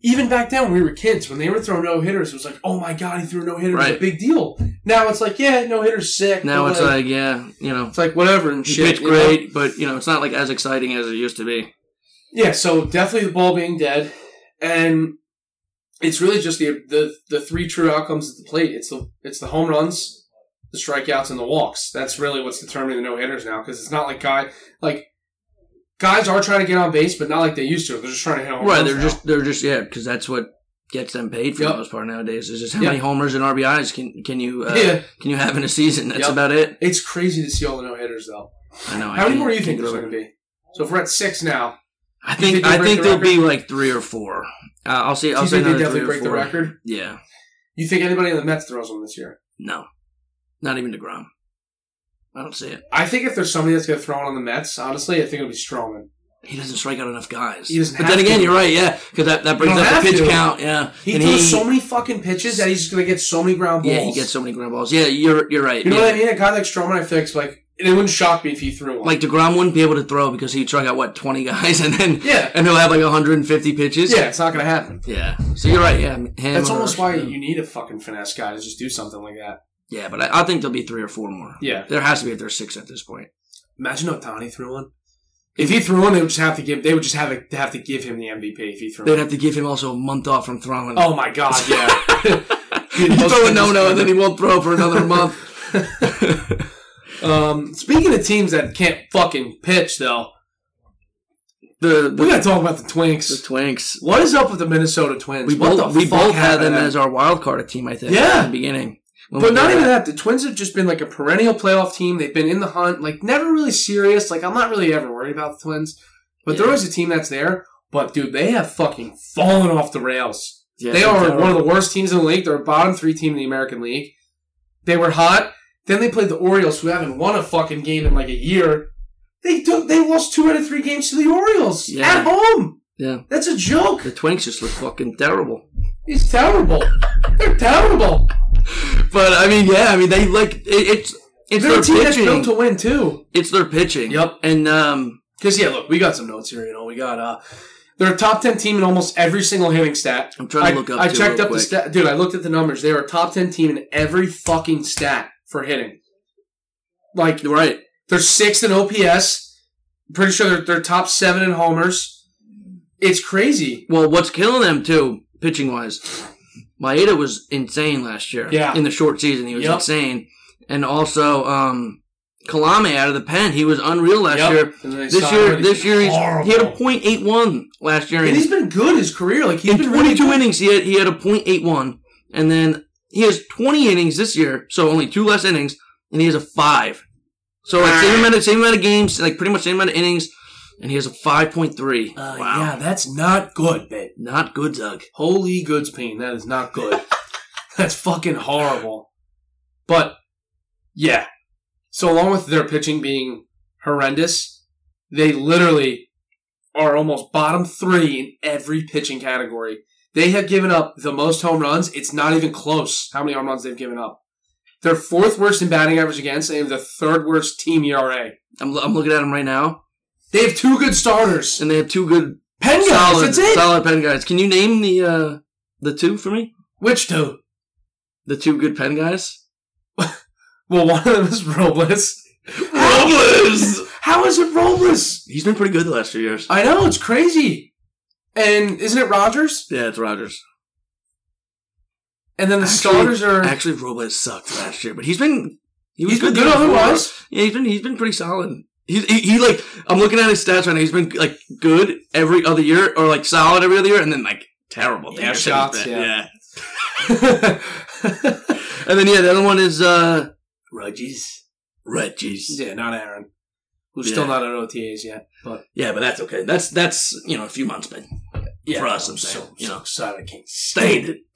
A: even back then when we were kids, when they were throwing no hitters, it was like, oh my God, he threw a no hitter. It was a
B: Right.
A: big deal. Now it's like, yeah, no hitter's sick.
B: now
A: but,
B: it's like yeah, you know,
A: it's like whatever and
B: he
A: shit.
B: pitched
A: you know?
B: great, but you know it's not like as exciting as it used to be.
A: Yeah, so definitely the ball being dead, and it's really just the the, the three true outcomes at the plate. It's the it's the home runs, the strikeouts, and the walks. That's really what's determining the no hitters now because it's not like guy like guys are trying to get on base, but not like they used to. They're just trying to hit home
B: Right,
A: runs
B: they're
A: now.
B: just they're just yeah, because that's what gets them paid for
A: Yep.
B: the most part nowadays. Is just how
A: Yep.
B: many homers and RBIs can can you uh,
A: yeah.
B: can you have in a season? That's
A: Yep.
B: about it.
A: It's crazy to see all the no hitters though.
B: I know. I
A: How many
B: can't-
A: more do you
B: can't
A: think
B: get
A: there's
B: over
A: going to be? So if we're at six now,
B: it. I
A: Do you
B: think
A: think they
B: I
A: break
B: think
A: the
B: there'll be like three or four. Uh, I'll see.
A: do
B: I'll
A: you
B: say
A: think they
B: another
A: definitely
B: three or
A: break the
B: four.
A: record?
B: Yeah.
A: You think anybody in the Mets throws them this year?
B: No. Not even Degrom. I don't see it.
A: I think if there's somebody that's going to throw it on the Mets, honestly, I think it'll be Stroman.
B: He doesn't strike out enough guys.
A: He doesn't
B: but
A: have
B: then again,
A: to.
B: you're right. Yeah, because that, that brings
A: don't
B: up the
A: have
B: pitch
A: to.
B: count. Yeah,
A: He
B: And
A: throws so many fucking pitches that he's just gonna get so many ground balls.
B: yeah he gets so many ground balls. Yeah, you're you're right.
A: You know
B: yeah.
A: what I mean? A guy like Stroman, I think, is like it wouldn't shock me if he threw one.
B: Like Degrom wouldn't be able to throw because he struck out what twenty guys, and then
A: yeah,
B: and he'll have like 150 pitches.
A: yeah, it's not gonna happen.
B: yeah. So you're right. Yeah, him
A: That's
B: or-
A: almost why you need a fucking finesse guy to just do something like that.
B: Yeah, but I, I think there'll be three or four more.
A: Yeah,
B: There has to be if there's six at this point.
A: imagine Otani threw one. If he threw one, they would just have to give. They would just have to have to give him the MVP if he threw.
B: They'd
A: One.
B: have to give him also a month off from throwing.
A: Oh my god, yeah.
B: you throw a no no, and then he won't throw for another month.
A: Um, speaking of teams that can't fucking pitch, though,
B: The
A: we
B: the,
A: gotta talk about the
B: the
A: Twinks.
B: Twinks.
A: What is up with the Minnesota Twins?
B: We
A: what
B: both
A: the
B: we
A: fuck
B: both had
A: happened
B: them
A: there?
B: as our wild card team. I think.
A: Yeah.
B: in the beginning. When
A: But
B: we
A: not
B: did
A: even
B: that.
A: that. The Twins have just been like a perennial playoff team. They've been in the hunt, like never really serious. Like I'm not really ever worried about the Twins, but they're
B: Yeah.
A: always a team that's there. But dude, they have fucking fallen off the rails.
B: Yeah,
A: they
B: they're
A: are
B: terrible.
A: one of the worst teams in the league. They're a bottom three team in the American League. They were hot. Then they played the Orioles, who haven't won a fucking game in like a year. They took they lost two out of three games to the Orioles
B: Yeah.
A: at home.
B: Yeah.
A: That's a joke.
B: The Twinks just look fucking terrible.
A: It's terrible. they're terrible.
B: But I mean, yeah, I mean they like it, it's it's
A: They're
B: their
A: a team that's built
B: pitching.
A: to win too.
B: it's their pitching.
A: Yep.
B: And um,
A: Because yeah, look, we got some notes here. You know, we got uh, they're a top ten team in almost every single hitting stat.
B: I'm trying to look up.
A: I
B: too
A: checked
B: real
A: up the
B: quick.
A: stat, dude. I looked at the numbers. They are a top ten team in every fucking stat for hitting. Like
B: Right.
A: they're sixth in OPS. Pretty sure they're, they're top seven in homers. It's crazy.
B: Well, what's killing them too, pitching wise, Maeda was insane last year.
A: Yeah.
B: In the short season, he was
A: Yep.
B: insane, and also um, Kalame out of the pen, he was unreal last
A: Yep.
B: year.
A: And then they
B: This
A: signed
B: year,
A: him.
B: this year he's,
A: horrible.
B: he had a .81 last year.
A: And
B: In,
A: he's been good his career. Like he's
B: in
A: been
B: 22
A: really good.
B: innings, he had he had a .81, and then he has 20 innings this year, so only two less innings, and he has a five. So like same amount of same amount of games, like pretty much same amount of innings, and he has a 5.3.
A: Uh, Yeah, that's not good, babe.
B: Not good, Doug.
A: Holy goods pain. That is not good. That's fucking horrible. But yeah. So along with their pitching being horrendous, they literally are almost bottom three in every pitching category. They have given up the most home runs. It's not even close how many home runs they've given up. They're fourth worst in batting average against and the third worst team ERA.
B: I'm, I'm looking at them right now,
A: They have two good starters.
B: and they have two good
A: Pen guys,
B: solid
A: that's it.
B: solid pen guys. Can you name the uh, the two for me?
A: Which two?
B: The two good pen guys.
A: Well, one of them is Robles.
B: Robles.
A: How is it Robles?
B: He's been pretty good the last few years.
A: I know, it's crazy. And isn't it Rogers?
B: Yeah, it's Rogers.
A: And then the
B: Actually-
A: starters are.
B: Actually, Robles sucked last year, but he's been he was
A: he's been
B: the
A: good
B: year before.
A: otherwise.
B: Yeah, he's been he's been pretty solid. He's, he, he like I'm looking at his stats right now. He's been like good every other year, or like solid every other year, and then like terrible.
A: Yeah,
B: Damn shit,
A: shots,
B: he's bad.
A: yeah.
B: yeah. And then yeah, the other one is uh Rudges. Rudges. Yeah.
A: yeah, not Aaron, who's
B: Yeah.
A: still not at OTAs yet. But
B: but that's okay. That's that's you know a few months back.
A: yeah,
B: For us, I'm
A: so,
B: saying, you
A: so
B: know.
A: excited, I can't
B: Stayed it.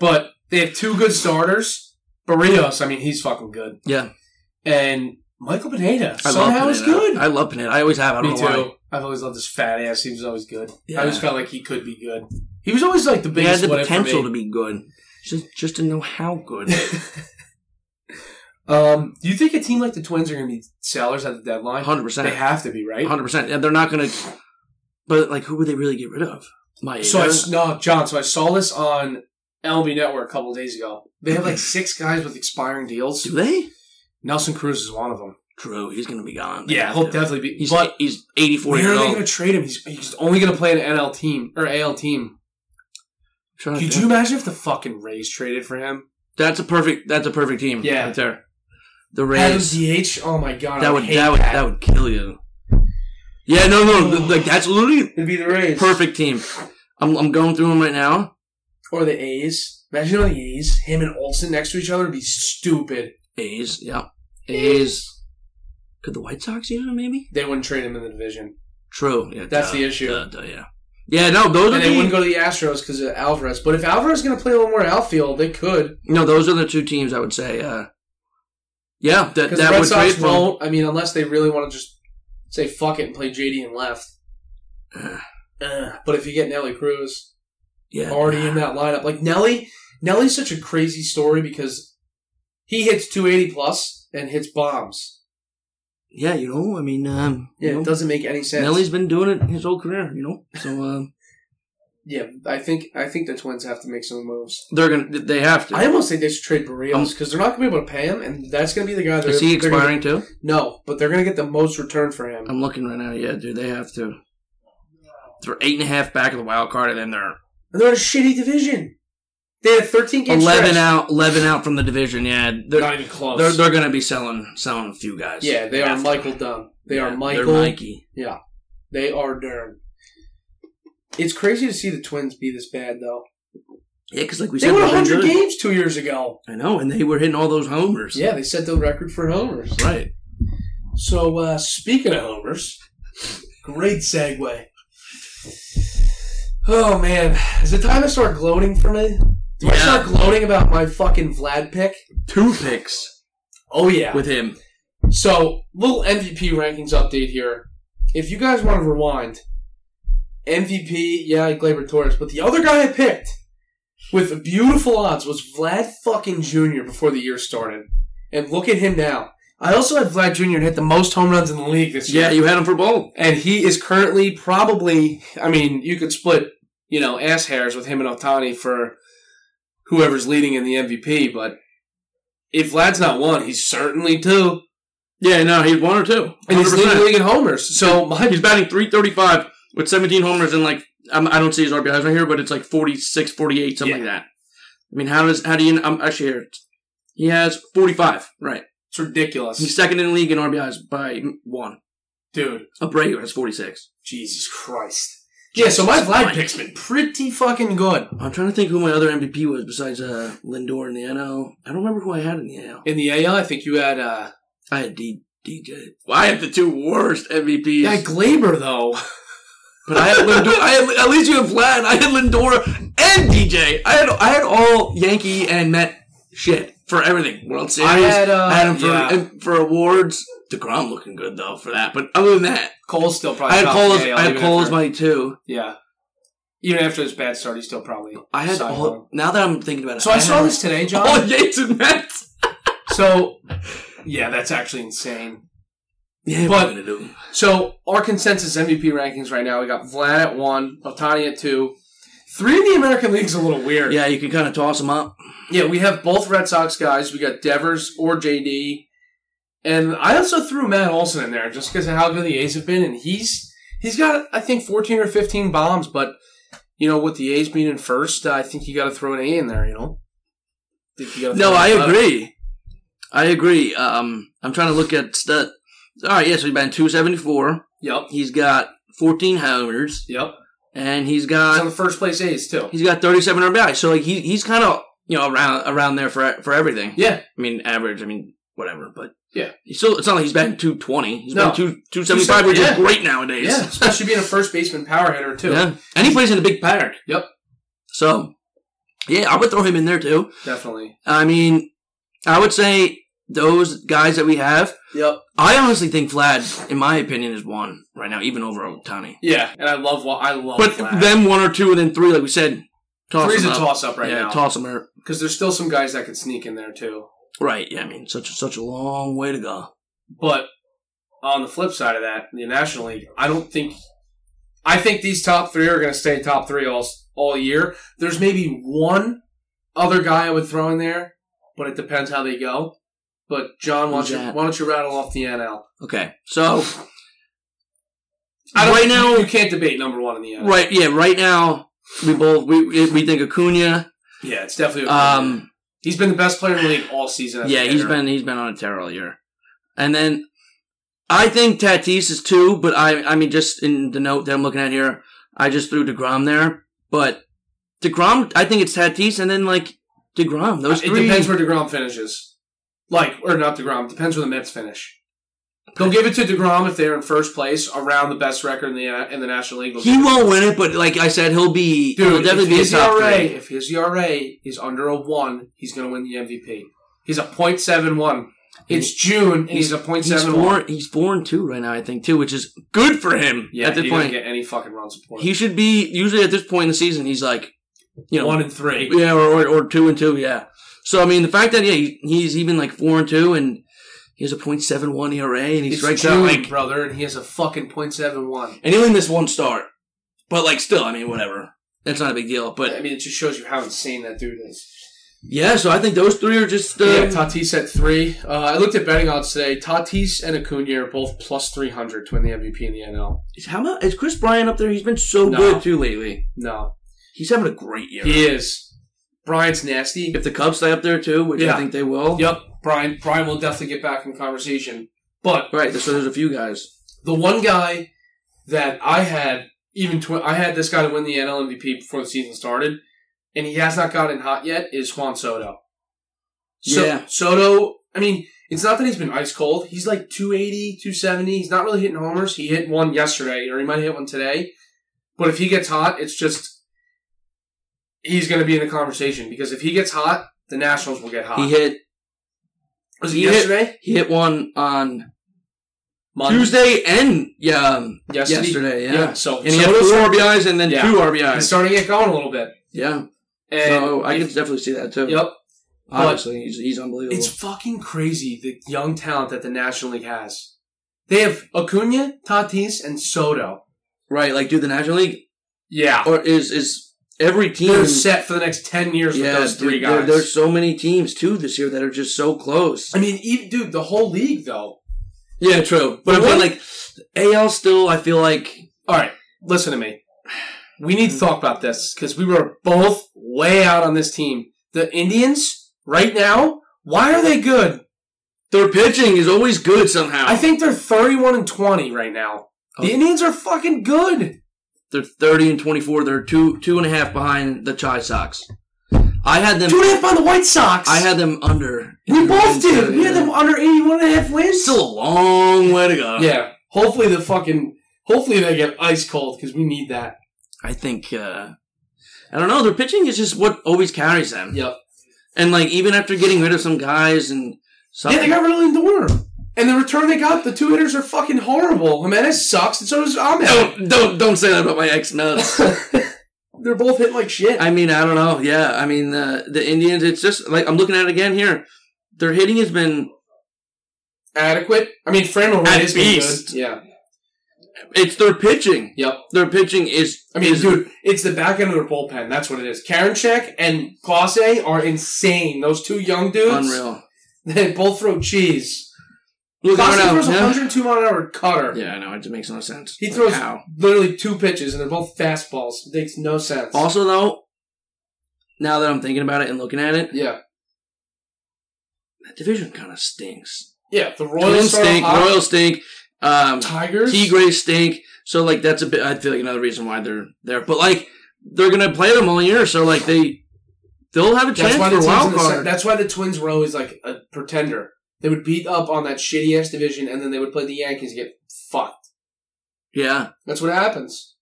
A: But they have two good starters. Barrios, I mean, he's fucking good.
B: Yeah.
A: And Michael Pineda
B: I
A: somehow
B: love
A: is
B: Pineda.
A: good.
B: I love Pineda. I always have. I don't
A: Me
B: know
A: too. I've always loved his fat ass. He was always good.
B: Yeah.
A: I always felt like he could be good. He was always like the
B: why. He has
A: biggest
B: the
A: what if for
B: potential
A: me.
B: to be good. Just just to know how good.
A: um, do you think a team like the Twins are going to be sellers at the deadline?
B: Hundred
A: They
B: percent.
A: have to be, right?
B: Hundred percent. Yeah, they're not gonna. But like, who would they really get rid of? My
A: So I s- no, John. So I saw this on MLB Network a couple days ago. They have like six guys with expiring deals.
B: do they?
A: Nelson Cruz is one of them.
B: True. He's gonna be gone. They
A: Yeah,
B: have
A: he'll
B: to.
A: definitely be.
B: He's
A: but
B: he's eighty four
A: Where are
B: years
A: they
B: old.
A: going to trade him? He's, he's only going to play an NL team or AL team.
B: Trying to
A: Could
B: think.
A: you imagine if the fucking Rays traded for him?
B: That's a perfect. That's a perfect team.
A: Yeah.
B: right there. The
A: Adam
B: Rays.
A: DH. Oh my god, I
B: That would
A: hate
B: that would that would kill you. Yeah, no, no, th- like that's literally
A: It'd be the Rays
B: perfect team. I'm I'm going through them right now.
A: or the A's. Imagine on the A's, him and Olsen next to each other would be stupid.
B: A's, yeah, A's. Could the White Sox use him? Maybe.
A: They wouldn't trade him in the division,
B: True. Yeah,
A: That's
B: duh,
A: the issue.
B: duh, duh, yeah. Yeah. No, those are
A: and they
B: the
A: wouldn't go to the Astros because of Alvarez. But if Alvarez is going to play a little more outfield, they could
B: no. Those are the two teams I would say. Uh, yeah, that
A: because
B: that
A: the Red
B: would
A: Sox
B: trade for him.
A: won't. I mean, unless they really want to just say fuck it and play JD and left.
B: Uh,
A: Ugh. But if you get Nelly Cruz,
B: yeah.
A: already in that lineup. Like Nelly, Nelly's such a crazy story because he hits 280 plus and hits bombs.
B: Yeah, you know, I mean, um,
A: Yeah,
B: you
A: it
B: know,
A: doesn't make any sense.
B: Nelly's been doing it his whole career. You know, so um,
A: yeah, I think I think the Twins have to make some moves.
B: they're gonna they have to.
A: I almost think they should trade Barrios because they're not going to be able to pay him, and that's going to be the guy. They're,
B: Um, Is he
A: they're gonna-
B: expiring Um, too?
A: no, but they're going to get the most return for him.
B: I'm looking right now. Yeah, dude, they have to. They're eight and a half back of the wild card, and then they're
A: and they're in a shitty division. They had a 13 game
B: eleven
A: stretch.
B: out, eleven out from the division. Yeah, they're
A: Not even close.
B: they're, they're gonna be selling selling a few guys.
A: yeah, they are
B: Have to.
A: Michael Dunn. They
B: Yeah,
A: are
B: they're
A: Michael.
B: Mikey.
A: They are Dern. It's crazy to see the Twins be this bad, though.
B: Yeah, because like we
A: They
B: said,
A: won
B: they've been
A: 100
B: good.
A: games two years ago.
B: I know, and they were hitting all those homers.
A: Yeah, they set the record for homers.
B: right.
A: So, uh, speaking of homers, great segue. Oh, man. Is it time to start gloating for me? Do I
B: Yeah.
A: start gloating about my fucking Vlad pick?
B: Two picks
A: Oh, yeah.
B: with him.
A: So, little MVP rankings update here. If you guys want to rewind, MVP, yeah, Glaber Torres, but the other guy I picked with beautiful odds was Vlad fucking Jr. before the year started. And look at him now. I also had Vlad Jr. hit the most home runs in the league this year.
B: Yeah, you had him for both.
A: And he is currently probably, I mean, you could split, you know, ass hairs with him and Otani for whoever's leading in the MVP, but if Vlad's not one, he's certainly two.
B: Yeah, no, he's one or two.
A: And he's
B: 100%.
A: leading the league in homers. So my
B: He's batting 335 with 17 homers and like I'm, I don't see his RBIs right here, but it's like 46, 48, something like that. I mean, how does how do you? I'm actually here. He has 45. Right.
A: it's ridiculous,
B: He's second in the league in RBIs by one.
A: dude.
B: Abreu has 46.
A: Jesus Christ. Yeah, so my
B: Jesus
A: Vlad
B: Christ.
A: pick's been pretty fucking good
B: I'm trying to think who my other MVP was besides uh, Lindor in the NL. I don't remember who I had in the NL.
A: in the AL. I think you had uh,
B: I had D, DJ. Well, I have the two worst MVPs.
A: yeah Glaber though.
B: But I had Lindor. I had, at least you have Vlad. I had Lindor and DJ. I had I had all Yankee and Met shit for everything. World Series.
A: I had, uh,
B: I had him for
A: yeah.
B: and for awards. Degrom looking good though for that. But other than that,
A: Cole's still probably.
B: I had
A: top
B: Cole. As,
A: AL,
B: I had
A: even
B: Cole as
A: after-
B: my two.
A: Yeah. Even after this bad start, he's still probably.
B: I had
A: Cy
B: all.
A: Young.
B: Now that I'm thinking about it,
A: So I saw
B: had
A: this today, John.
B: All Yates and Mets.
A: So, yeah, that's actually insane.
B: Yeah,
A: But-
B: what are we gonna do?
A: So our consensus MVP rankings right now: we got Vlad at one, Otani at two. Three in the American League's a little weird.
B: Yeah, you can kind of toss them up.
A: Yeah, we have both Red Sox guys. We got Devers or JD, and I also threw Matt Olson in there just because of how good the A's have been, and he's he's got I think fourteen or fifteen bombs, but you know with the A's being in first, I think you got to throw an A in there. You know, Think you gotta
B: No,
A: throw
B: I
A: an A.
B: agree. I agree. Um, I'm trying to look at stat. All right, yeah, so he's been 274.
A: Yep,
B: He's got 14 homers,
A: yep.
B: and he's
A: He's on
B: got
A: the first place A's too.
B: Uh, he's got 37 RBI. So like he he's kind of you know around around there for for everything.
A: Yeah,
B: I mean average. I mean whatever, but
A: Yeah.
B: he's still it's not like he's batting 220. He's
A: No.
B: batting two, 275, which
A: Yeah.
B: is great nowadays.
A: yeah. Especially being a first baseman power hitter too.
B: Yeah. and he plays in a big park.
A: Yep.
B: So yeah, I would throw him in there too.
A: Definitely.
B: I mean, I would say those guys that we have.
A: Yep.
B: I honestly think Vlad, in my opinion, is one right now, even over Otani.
A: Yeah, and I love what I love.
B: But
A: Vlad.
B: then one or two, and then three, like we said, toss
A: three's a
B: them up.
A: toss up right
B: yeah,
A: now
B: toss them or
A: because there's still some guys that could sneak in there too.
B: right. Yeah, I mean, such such a long way to go.
A: But on the flip side of that, the National League, I don't think. I think these top three are going to stay top three all all year. There's maybe one other guy I would throw in there, but it depends how they go. But John, why don't
B: Who's
A: you,
B: that?
A: why don't you rattle off the NL?
B: Okay, so
A: I don't,
B: Right now-
A: you can't debate number one in the NL.
B: right, yeah, right now we both we we think Acuna.
A: Yeah, it's definitely.
B: Um,
A: he's been the best player in the league all season. as a
B: yeah, he's
A: hitter.
B: been he's been on a tear all year, and then I think Tatis is two, but I I mean just in the note that I'm looking at here, I just threw Degrom there, but Degrom I think it's Tatis, and then like Degrom those
A: It
B: three.
A: depends where Degrom finishes. Like or not Degrom. Depends where the Mets finish. They'll give it to Degrom if they're in first place around the best record in the uh, in the National League. They'll
B: he
A: give it-
B: won't win it, but like I said, he'll be he'll
A: Dude,
B: definitely
A: if
B: be a
A: his
B: top
A: ERA
B: three.
A: if his ERA is under a one, he's going to win the MVP. He's a .71. It's June and he's, a
B: He's
A: .71.
B: four. He's four and two right now, I think, too, which is good for him.
A: Yeah,
B: at
A: he
B: this
A: didn't
B: point,
A: get any fucking run support.
B: he should be usually at this point in the season. He's like, you know,
A: one and three.
B: Yeah, or, or, or two and two, yeah. So I mean, the fact that yeah, he, he's even like four and two, and he has a point seven one ERA, and he
A: It's
B: strikes out
A: June,
B: like,
A: brother, and he has a fucking .71.
B: and he only missed one start, but like still, I mean, whatever. That's not a big deal,
A: But I
B: but
A: mean, it just shows you how insane that dude is.
B: yeah. So I think those three are just uh,
A: Yeah, Tatis at three. Uh, I looked at betting odds today. Tatis and Acuna are both plus three hundred to win the MVP in the NL.
B: is- how about is Chris Bryan up there? He's been so
A: No.
B: good too lately.
A: No,
B: He's having a great year.
A: he is. Brian's nasty.
B: If the Cubs stay up there too, which
A: Yeah.
B: I think they will.
A: Yep, Brian. Brian will definitely get back in conversation. But
B: Right. So there's a few guys.
A: the one guy that I had even tw- I had this guy to win the NL MVP before the season started, and he has not gotten hot yet is Juan Soto. So,
B: Yeah.
A: Soto. I mean, it's not that he's been ice cold. He's like 280, 270. He's not really hitting homers. He hit one yesterday, or he might hit one today. But if he gets hot, it's just he's going to be in the conversation because if he gets hot, the Nationals will get hot.
B: He hit.
A: Was it
B: he hit-
A: yesterday?
B: He hit one on
A: Monday.
B: Tuesday and yeah, um,
A: Yesterday.
B: yesterday.
A: Yeah.
B: yeah.
A: So
B: And he had
A: Soto's
B: four RBIs and then
A: Yeah.
B: two
A: he's
B: RBIs.
A: starting to get going a little bit.
B: Yeah.
A: And
B: so I can definitely see that too.
A: Yep.
B: Obviously, he's, he's unbelievable.
A: It's fucking crazy the young talent that the National League has. They have Acuna, Tatis, and Soto.
B: right, like do the National League
A: Yeah.
B: or is is every team
A: They're set for the next 10 years
B: Yeah,
A: with those three
B: dude, there-
A: guys.
B: there's so many teams too this year that are just so close.
A: I mean, even, dude, the whole league, though.
B: Yeah, true. But I'm
A: What-
B: saying, like AL still I feel like
A: All right, listen to me. We need to
B: Hmm.
A: talk about this because we were both way out on this team. The Indians, right now, why are they good?
B: their pitching is always good somehow.
A: I think they're 31 and 20 right now. The
B: Oh.
A: Indians are fucking good.
B: they're thirty and twenty four. They're two two and a half behind the Chi Sox. I had them
A: Two and a half by the White Sox.
B: I had them under
A: we both did. We had them under 81 and a half wins.
B: still a long way to go.
A: Yeah. Hopefully the fucking hopefully they get ice cold because we need that.
B: I think uh I don't know, their pitching is just what always carries them.
A: Yep.
B: And like even after getting rid of some guys and some
A: Yeah, they got rid of Lindor. And the return they got, the two hitters are fucking horrible. Jimenez sucks, and so does Ahmed.
B: Don't don't don't say that about my ex nuts.
A: They're both hitting like shit.
B: I mean, I don't know. Yeah, I mean the the Indians. It's just like I'm looking at it again here. Their hitting has been
A: Adequate. I mean, Framel
B: At
A: has been good.
B: least.
A: Yeah.
B: it's their pitching.
A: Yep.
B: Their pitching is.
A: I mean,
B: is-
A: dude, it's the back end of their bullpen. That's what it is. Karinchak and Klose are insane. Those two young dudes.
B: unreal.
A: They both throw cheese.
B: Look, I
A: Klose
B: don't know.
A: throws a
B: Yeah.
A: 102 mile an hour cutter.
B: Yeah, I know. It just makes no sense.
A: He
B: Like,
A: throws
B: how?
A: literally two pitches, and they're both fastballs. makes no sense.
B: Also, though, now that I'm thinking about it and looking at it,
A: Yeah.
B: that division kind of stinks.
A: Yeah. The Royals
B: Twins
A: start off
B: stink.
A: hot.
B: Royals stink. Um,
A: Tigers.
B: T Grays stink. So like that's a bit. I feel like another reason why they're there. But like they're gonna play them all year, so like they they'll have a chance
A: That's why,
B: for
A: the
B: a
A: teams in
B: wild
A: the se-
B: card.
A: that's why the Twins were always like a pretender. They would beat up on that shitty ass division, and then they would play the Yankees and get fucked.
B: yeah,
A: That's what happens.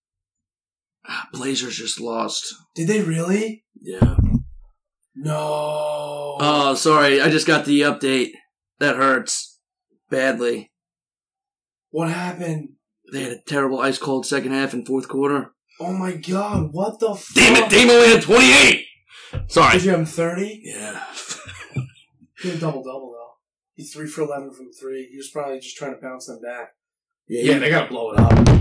B: Ah, Blazers just lost.
A: Did they really?
B: Yeah.
A: No.
B: Oh, sorry. I just got the update. That hurts badly.
A: what happened?
B: They had a terrible ice cold second half and fourth quarter.
A: Oh my god! What the fuck?
B: Damn it! Dame only had twenty eight. Sorry.
A: Did you have him thirty?
B: Yeah.
A: He had a double double though. He's three for eleven from three. He was probably just trying to bounce them back. Yeah, they gotta blow it up.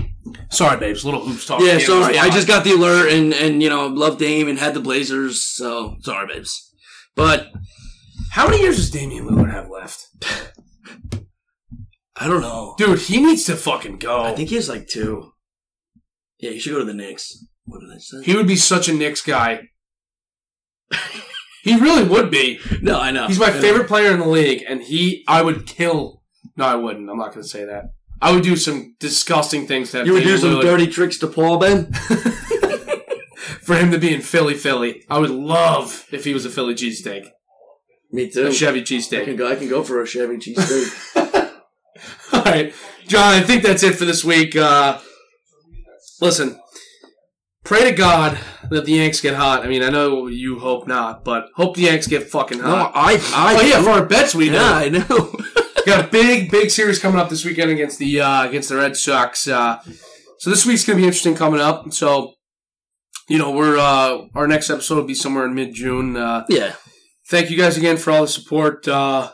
A: Sorry, babes. Little hoops talk.
B: Yeah, sorry. I just got the alert and and you know loved Dame and had the Blazers, so sorry, babes. But
A: How many years does Damian Lillard have left?
B: I don't know.
A: Dude, oh. he needs to fucking go.
B: I think he has like two. Yeah, you should go to the Knicks. What did I say?
A: He would be such a Knicks guy. he really would be.
B: no, I know.
A: He's my
B: I know.
A: favorite player in the league, and he, I would kill. No, I wouldn't. I'm not going to say that. I would do some disgusting things to have
B: You would do
A: Damian
B: some
A: Lillard
B: dirty tricks to Paul, Ben.
A: for him to be in Philly, Philly. I would love if he was a Philly cheesesteak,
B: Me
A: a
B: too.
A: Chevy
B: I can
A: cheesesteak.
B: go. I can go for a Chevy cheesesteak.
A: All right, John. I think that's it for this week. Uh, listen, pray to God that the Yanks get hot. I mean, I know you hope not, but hope the Yanks get fucking hot.
B: I, I,
A: oh yeah, for our bets we do.
B: yeah, I know.
A: Got a big, big series coming up this weekend against the uh, against the Red Sox. Uh, so this week's gonna be interesting coming up. So, you know, we're uh, our next episode will be somewhere in mid June. Uh,
B: yeah,
A: thank you guys again for all the support. Uh,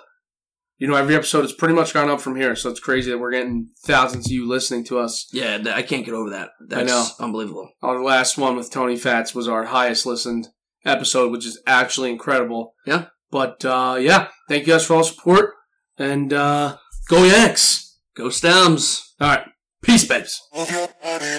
A: you know, every episode has pretty much gone up from here, so it's crazy that we're getting thousands of you listening to us.
B: yeah. that- I can't get over that. That's
A: know.
B: unbelievable.
A: Our last one with Tony Fats was our highest listened episode, which is actually incredible.
B: Yeah.
A: But uh, yeah, thank you guys for all the support and uh, go Yanks!
B: Go Stems.
A: All right, peace, babes.
C: Bye.